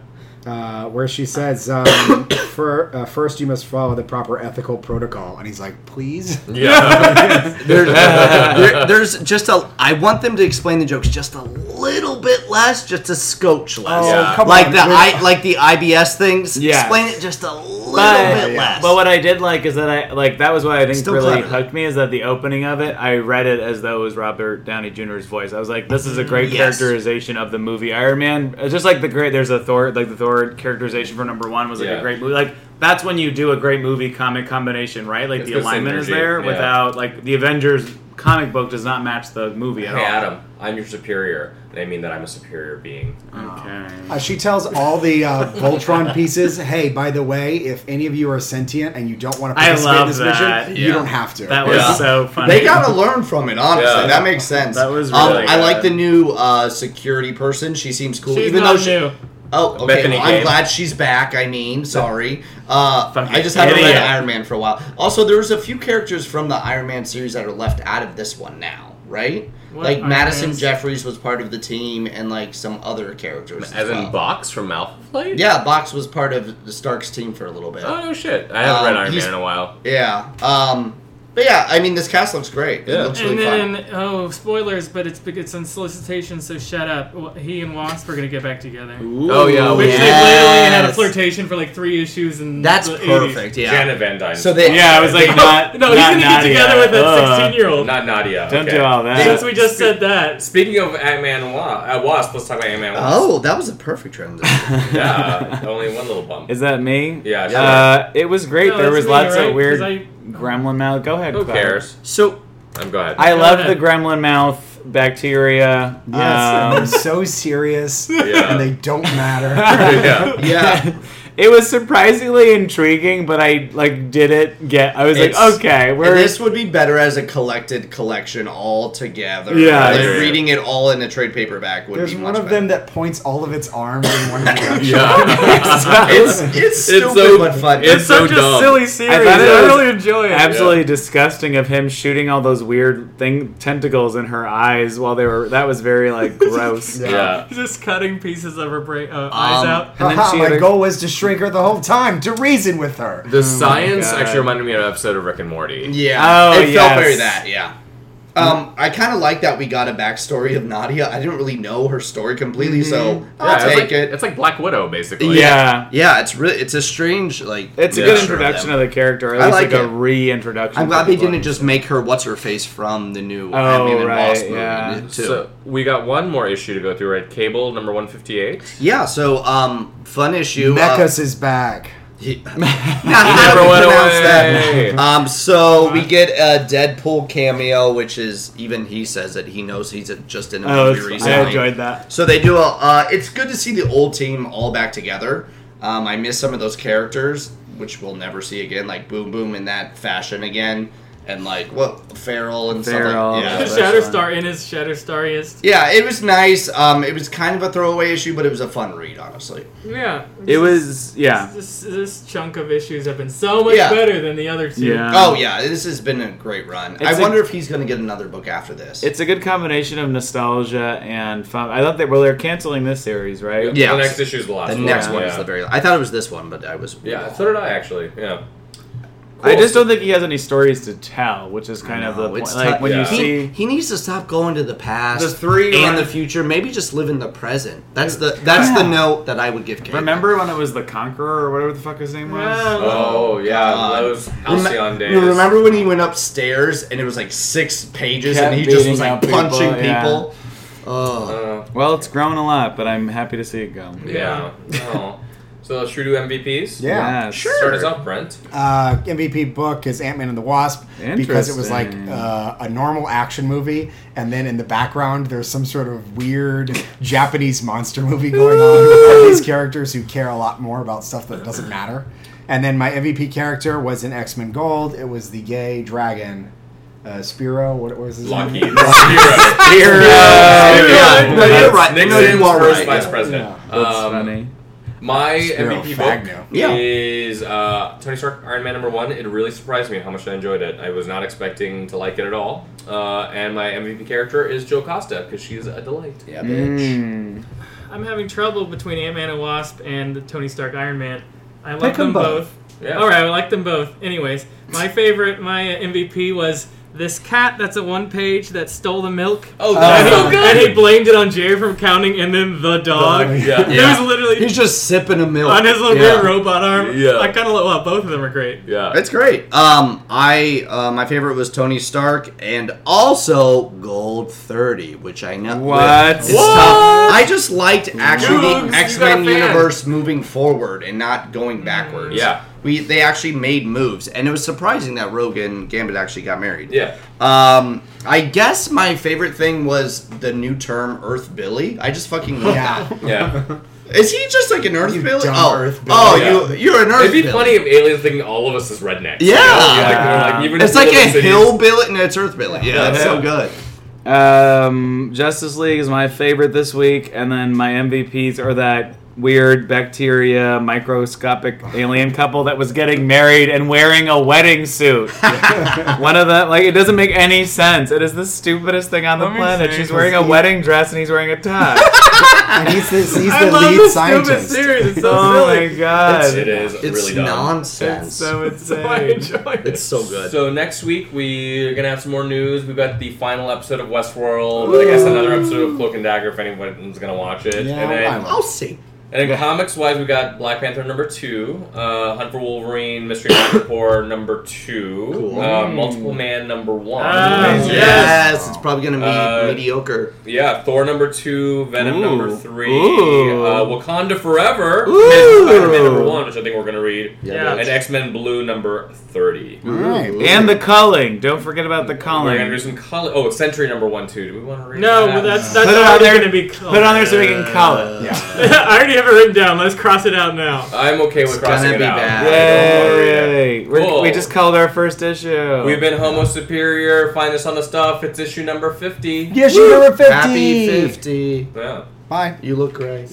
S4: uh, where she says, um, for, uh, first you must follow the proper ethical protocol. And he's like, please?
S2: yeah.
S5: There- there- there's just a. I want them to explain the jokes just a little bit less, just a scotch less.
S4: Oh,
S2: Yeah.
S4: come
S5: Like
S4: on.
S5: the I like the IBS things.
S1: Yes.
S5: Explain it just a little
S1: But,
S5: bit less.
S1: but what I did like is that I like that was what I think
S5: Still
S1: really
S5: clever.
S1: hooked me is that the opening of it I read it as though it was Robert Downey Jr.'s voice. I was like, this is a great
S5: Mm, Yes.
S1: characterization of the movie Iron Man. It's Just like the great there's a Thor like the Thor characterization for number one was like
S2: Yeah.
S1: a great movie. Like that's when you do a great movie comic combination, right? Like
S2: It's
S1: the
S2: good
S1: alignment is
S2: synergy,
S1: there
S2: yeah.
S1: without like the Avengers comic book does not match the movie at
S2: hey
S1: all.
S2: Adam, I'm your superior, and I mean that I'm a superior being.
S1: Okay.
S4: Uh, she tells all the uh, Voltron pieces, hey, by the way, if any of you are sentient and you don't want to
S1: I
S4: participate in
S1: love
S4: this
S1: that.
S4: mission,
S1: Yeah.
S4: you don't have to.
S1: That was
S2: Yeah.
S1: so funny.
S5: They gotta learn from it, honestly.
S2: Yeah.
S5: That makes sense.
S1: That was
S5: Um,
S1: really
S5: I like
S1: good.
S5: the new uh, security person. She seems cool,
S3: she's
S5: even
S3: not
S5: though she.
S3: new.
S5: Oh, okay.
S2: Bethany
S5: well, I'm
S2: Gabe.
S5: glad she's back. I mean, sorry. Uh,
S1: Fucking
S5: I just haven't read
S1: idiot.
S5: Iron Man for a while. Also, there's a few characters from the Iron Man series that are left out of this one now, right?
S3: What
S5: like
S3: Iron
S5: Madison
S3: Mans?
S5: Jeffries was part of the team, and like some other characters.
S2: As
S5: well.
S2: in Box from Alpha Flight?
S5: Yeah, Box was part of the Stark's team for a little bit.
S2: Oh, no shit. I haven't read
S5: Um,
S2: Iron
S5: he's-
S2: Man in a while.
S5: Yeah. Um, but yeah, I mean, this cast looks great. It
S2: Yeah.
S5: looks
S3: And
S5: really fun.
S3: then, oh, spoilers, but it's it's on solicitation, so shut up. Well, He and Wasp are gonna get back together.
S2: Oh, yeah,
S3: Which
S2: Yes.
S3: they literally had a flirtation for like three issues, and
S5: That's
S3: the 80s.
S5: perfect. Yeah.
S2: Janet Van Dyne.
S5: So they-
S1: Yeah, I was like, not.
S3: No,
S1: not
S3: he's gonna
S1: Nadia.
S3: get together with
S1: Ugh.
S3: that sixteen-year-old.
S2: Not Nadia.
S1: Don't
S2: okay.
S1: do all
S5: They-
S1: that.
S3: Since we just said that,
S2: Speaking of Ant-Man and Wasp, uh, Wasp, let's talk about Ant-Man and Wasp.
S5: Oh, that was a perfect transition.
S2: Yeah, only one little bump.
S1: Is that me?
S2: Yeah, sure.
S1: Uh, it was great.
S3: No,
S1: there
S3: it's
S1: was
S3: me,
S1: lots
S3: alright,
S1: of weird
S3: 'cause I-
S1: gremlin mouth. Go ahead.
S2: Who
S1: Cloud.
S2: cares?
S5: so
S2: I'm go ahead.
S1: I
S3: Go
S1: love
S3: ahead.
S1: the gremlin mouth bacteria.
S4: Yes,
S1: Um,
S4: they're so serious,
S2: Yeah.
S4: and they don't matter.
S2: yeah.
S5: yeah,
S1: it was surprisingly intriguing, but I like didn't get. I was
S5: It's-
S1: like, okay,
S5: And
S1: we're
S5: this would be better as a collected collection all together.
S1: Yeah,
S5: Like,
S2: yeah, yeah.
S5: reading it all in a trade paperback would
S4: There's
S5: be
S4: one
S5: much
S4: of them
S5: better.
S4: that points all of its arms in one direction.
S2: Yeah.
S5: it's it's stupid
S2: so-
S5: but fun.
S2: it's so
S3: such a
S2: dumb.
S3: silly series. I,
S1: thought it was
S3: really enjoy it.
S1: absolutely disgusting of him shooting all those weird thing tentacles in her eyes while they were. That was very like gross.
S4: Yeah.
S2: Yeah.
S3: Just cutting pieces of her bra- uh, eyes
S5: Um,
S3: out.
S1: And then
S4: Haha,
S1: she
S4: my
S1: had a-
S4: goal was to shrink her the whole time to reason with her.
S2: The science
S1: God.
S2: actually reminded me of an episode of Rick and Morty.
S5: yeah,
S1: Oh,
S5: it felt very
S1: yes.
S5: that. Yeah. Um, I kind of like that we got a backstory of Nadia. I didn't really know her story completely,
S1: Mm-hmm.
S5: so I'll
S2: it's
S5: take
S2: like,
S5: it.
S2: It's like Black Widow, basically.
S1: Yeah.
S5: yeah, it's really it's a strange like.
S1: It's a
S2: Yeah,
S1: good
S5: sure,
S1: introduction
S5: them.
S1: of the character, or at
S5: I
S1: least
S5: like
S1: like,
S5: it.
S1: a reintroduction.
S5: I'm
S1: to
S5: glad
S1: the
S5: they
S1: book.
S5: didn't just make her what's her face from the new
S1: Oh,
S5: Ant-Man and
S1: right,
S5: Wasp movie
S1: yeah.
S5: too.
S2: So we got one more issue to go through, right? Cable number one fifty eight.
S5: Yeah, so um, fun issue. uh,
S4: Mechas is back.
S5: he, never
S2: went away.
S5: Um, so we get a Deadpool cameo, which is even he says that he knows he's a, just in a
S1: Oh,
S5: movie
S1: it's- I
S5: recently.
S1: enjoyed that.
S5: So they do a. Uh, it's good to see the old team all back together. Um, I miss some of those characters, which we'll never see again, like Boom Boom in that fashion again, and like what Farrell and
S1: Farrell.
S5: stuff like
S1: Yeah,
S5: yeah.
S1: that's
S3: Shatterstar in his Shatterstariest.
S5: Yeah, it was nice. Um, it was kind of a throwaway issue, but it was a fun read, honestly.
S3: Yeah.
S1: It was yeah.
S3: This, this chunk of issues have been so much
S5: Yeah.
S3: better than the other two.
S1: Yeah.
S5: Oh yeah, this has been a great run. I
S1: Um, It's a-
S5: wonder if he's going to get another book after this.
S1: It's a good combination of nostalgia and fun. I thought they well they're canceling this series, right?
S5: Yeah.
S2: The next issue is the last.
S5: the next one
S2: yeah.
S5: is the very. I thought it was this one, but I was.
S2: Yeah. So did I actually. Yeah.
S1: I just don't think he has any stories to tell, which is kind of the
S5: No,
S1: point.
S5: it's
S1: Like
S5: tou-
S1: when
S2: yeah.
S1: you
S5: he,
S1: see
S5: he needs to stop going to the past,
S1: The three
S5: and
S1: run-
S5: the future. Maybe just live in the present. That's the that's the
S1: Yeah.
S5: note that I would give. Kate.
S1: Remember when it was the Conqueror or whatever the fuck his name was?
S3: Well,
S2: Oh yeah,
S5: God.
S2: those
S5: Rem-
S2: Halcyon days.
S5: You remember when he went upstairs and it was like six pages,
S1: Kept
S5: and he just
S1: beating
S5: was like
S1: up people,
S5: punching people.
S1: yeah.
S5: Oh,
S2: Uh,
S1: Well, it's grown a lot, but I'm happy to see it go.
S2: yeah. Oh. So should we do MVPs?
S4: Yeah.
S1: Yes.
S5: Sure.
S2: Start us off, Brent.
S4: Uh, MVP book is Ant Man and the Wasp because it was like
S1: Interesting.
S4: uh, a normal action movie, and then in the background there's some sort of weird Japanese monster movie going on with all these characters who care a lot more about stuff that doesn't matter. And then my MVP character was in X Men Gold. It was the gay dragon, uh, Spiro. What was his
S2: Lockheed.
S4: name?
S2: Hero.
S1: Here,
S5: Yeah,
S2: yeah,
S5: no, you're
S1: that's-
S5: right.
S2: Nixon's
S5: No, you are
S2: first
S5: right.
S2: vice
S5: Yeah.
S2: president.
S1: That's
S2: Um,
S1: funny.
S2: My
S4: Spiro
S2: MVP
S4: Fagno.
S2: book
S5: Yeah.
S2: is uh, Tony Stark Iron Man number one. It really surprised me how much I enjoyed it. I was not expecting to like it at all. Uh, and my MVP character is Joe Costa because she's a delight.
S5: yeah, bitch.
S1: Mm.
S3: I'm having trouble between Ant Man and Wasp and the Tony Stark Iron Man. I like
S4: Pick 'em
S3: them
S4: both.
S3: both.
S2: Yeah.
S3: All right, I like them both. Anyways, my favorite, my uh, MVP was this cat that's a one page that stole the milk.
S2: Oh,
S3: and,
S2: that's
S3: he,
S2: so good.
S3: and he blamed it on Jerry from counting, and then the dog.
S4: Dog.
S2: Yeah.
S3: He
S5: Yeah.
S3: was literally
S5: He's just sipping a milk
S3: on his little
S5: Yeah.
S3: weird robot arm.
S2: Yeah.
S3: I kind of love. Well, both of them are great.
S2: Yeah.
S5: It's great. Um, I uh, my favorite was Tony Stark and also Gold Thirty, which I know
S1: What?
S5: It's
S1: What?
S5: tough. I just liked actually
S3: Dudes, you
S5: the
S3: got a
S5: X Men
S3: fan.
S5: universe moving forward and not going backwards.
S2: Yeah.
S5: we they actually made moves, and it was surprising that Rogan Gambit actually got married.
S2: Yeah.
S5: Um, I guess my favorite thing was the new term Earth Billy. I just fucking love
S4: Yeah.
S5: that.
S2: Yeah.
S5: Is he just like an Earth
S4: You
S5: Billy?
S4: dumb
S5: Oh,
S4: Earth
S5: oh,
S2: Billy.
S5: you you're an Earth.
S2: It'd be
S5: Billy.
S2: funny if aliens thinking all of us is rednecks.
S5: Yeah.
S2: Like, like, even
S5: It's
S2: if we
S5: like
S2: live in
S5: a
S2: cities-
S5: hillbilly, and it's Earth Billy. Yeah,
S2: Yeah.
S5: that's so good.
S1: Um, Justice League is my favorite this week, and then my MVPs are that weird bacteria microscopic alien couple that was getting married and wearing a wedding suit. One of the like it doesn't make any sense. It is the stupidest thing on the
S6: Let me
S1: planet.
S6: see,
S1: She's wearing a
S4: he-
S1: wedding dress and he's wearing a tie.
S4: and he's the, he's
S3: I
S4: the
S3: love
S4: lead
S3: this stupid
S4: scientist.
S3: series. It's so
S1: oh
S3: silly.
S1: my god.
S2: It is
S5: It's
S2: really dumb.
S5: nonsense.
S1: It's so
S3: So I
S1: insane.
S3: enjoy it.
S5: It's so good.
S2: So next week we're gonna have some more news. We've got the final episode of Westworld. I guess another episode of Cloak and Dagger if anyone's gonna watch it.
S4: Yeah,
S2: and
S4: I
S2: then,
S4: will.
S5: I'll see.
S2: and then comics wise, we got Black Panther number two, uh, Hunt for Wolverine, Mystery Rapport number two,
S5: Cool.
S2: uh, Multiple Man number one.
S3: Ah,
S5: Yes,
S3: Yes.
S5: it's probably gonna be
S2: Uh,
S5: mediocre.
S2: Yeah, Thor number two, Venom
S6: Ooh.
S2: number three,
S6: Ooh.
S2: Uh, Wakanda Forever,
S5: Ooh.
S2: and Spider-Man number one, which I think we're gonna read,
S3: Yeah.
S2: and X-Men Blue number thirty.
S4: All right.
S1: And the culling. Don't forget about the
S2: We're gonna do
S1: culling.
S2: some color. Oh, Century number one too. Do we want to read?
S3: No,
S2: that?
S3: but that's that's
S1: Put it on
S3: already
S1: there.
S3: gonna be.
S1: Put it on there so we can cull it.
S4: Yeah.
S3: I already have it written down. Let's cross it out now.
S2: I'm okay with
S5: It's
S2: crossing
S5: gonna
S2: it
S5: be
S2: out.
S5: bad.
S2: I don't wanna read it.
S1: Yay! We're-
S2: Cool.
S1: We just culled our first issue.
S2: We've been Homo Superior. Find us on the stuff. It's issue number fifty.
S4: Yes, you number 50.
S5: Happy fifty.
S2: Yeah.
S4: Bye.
S5: You look great.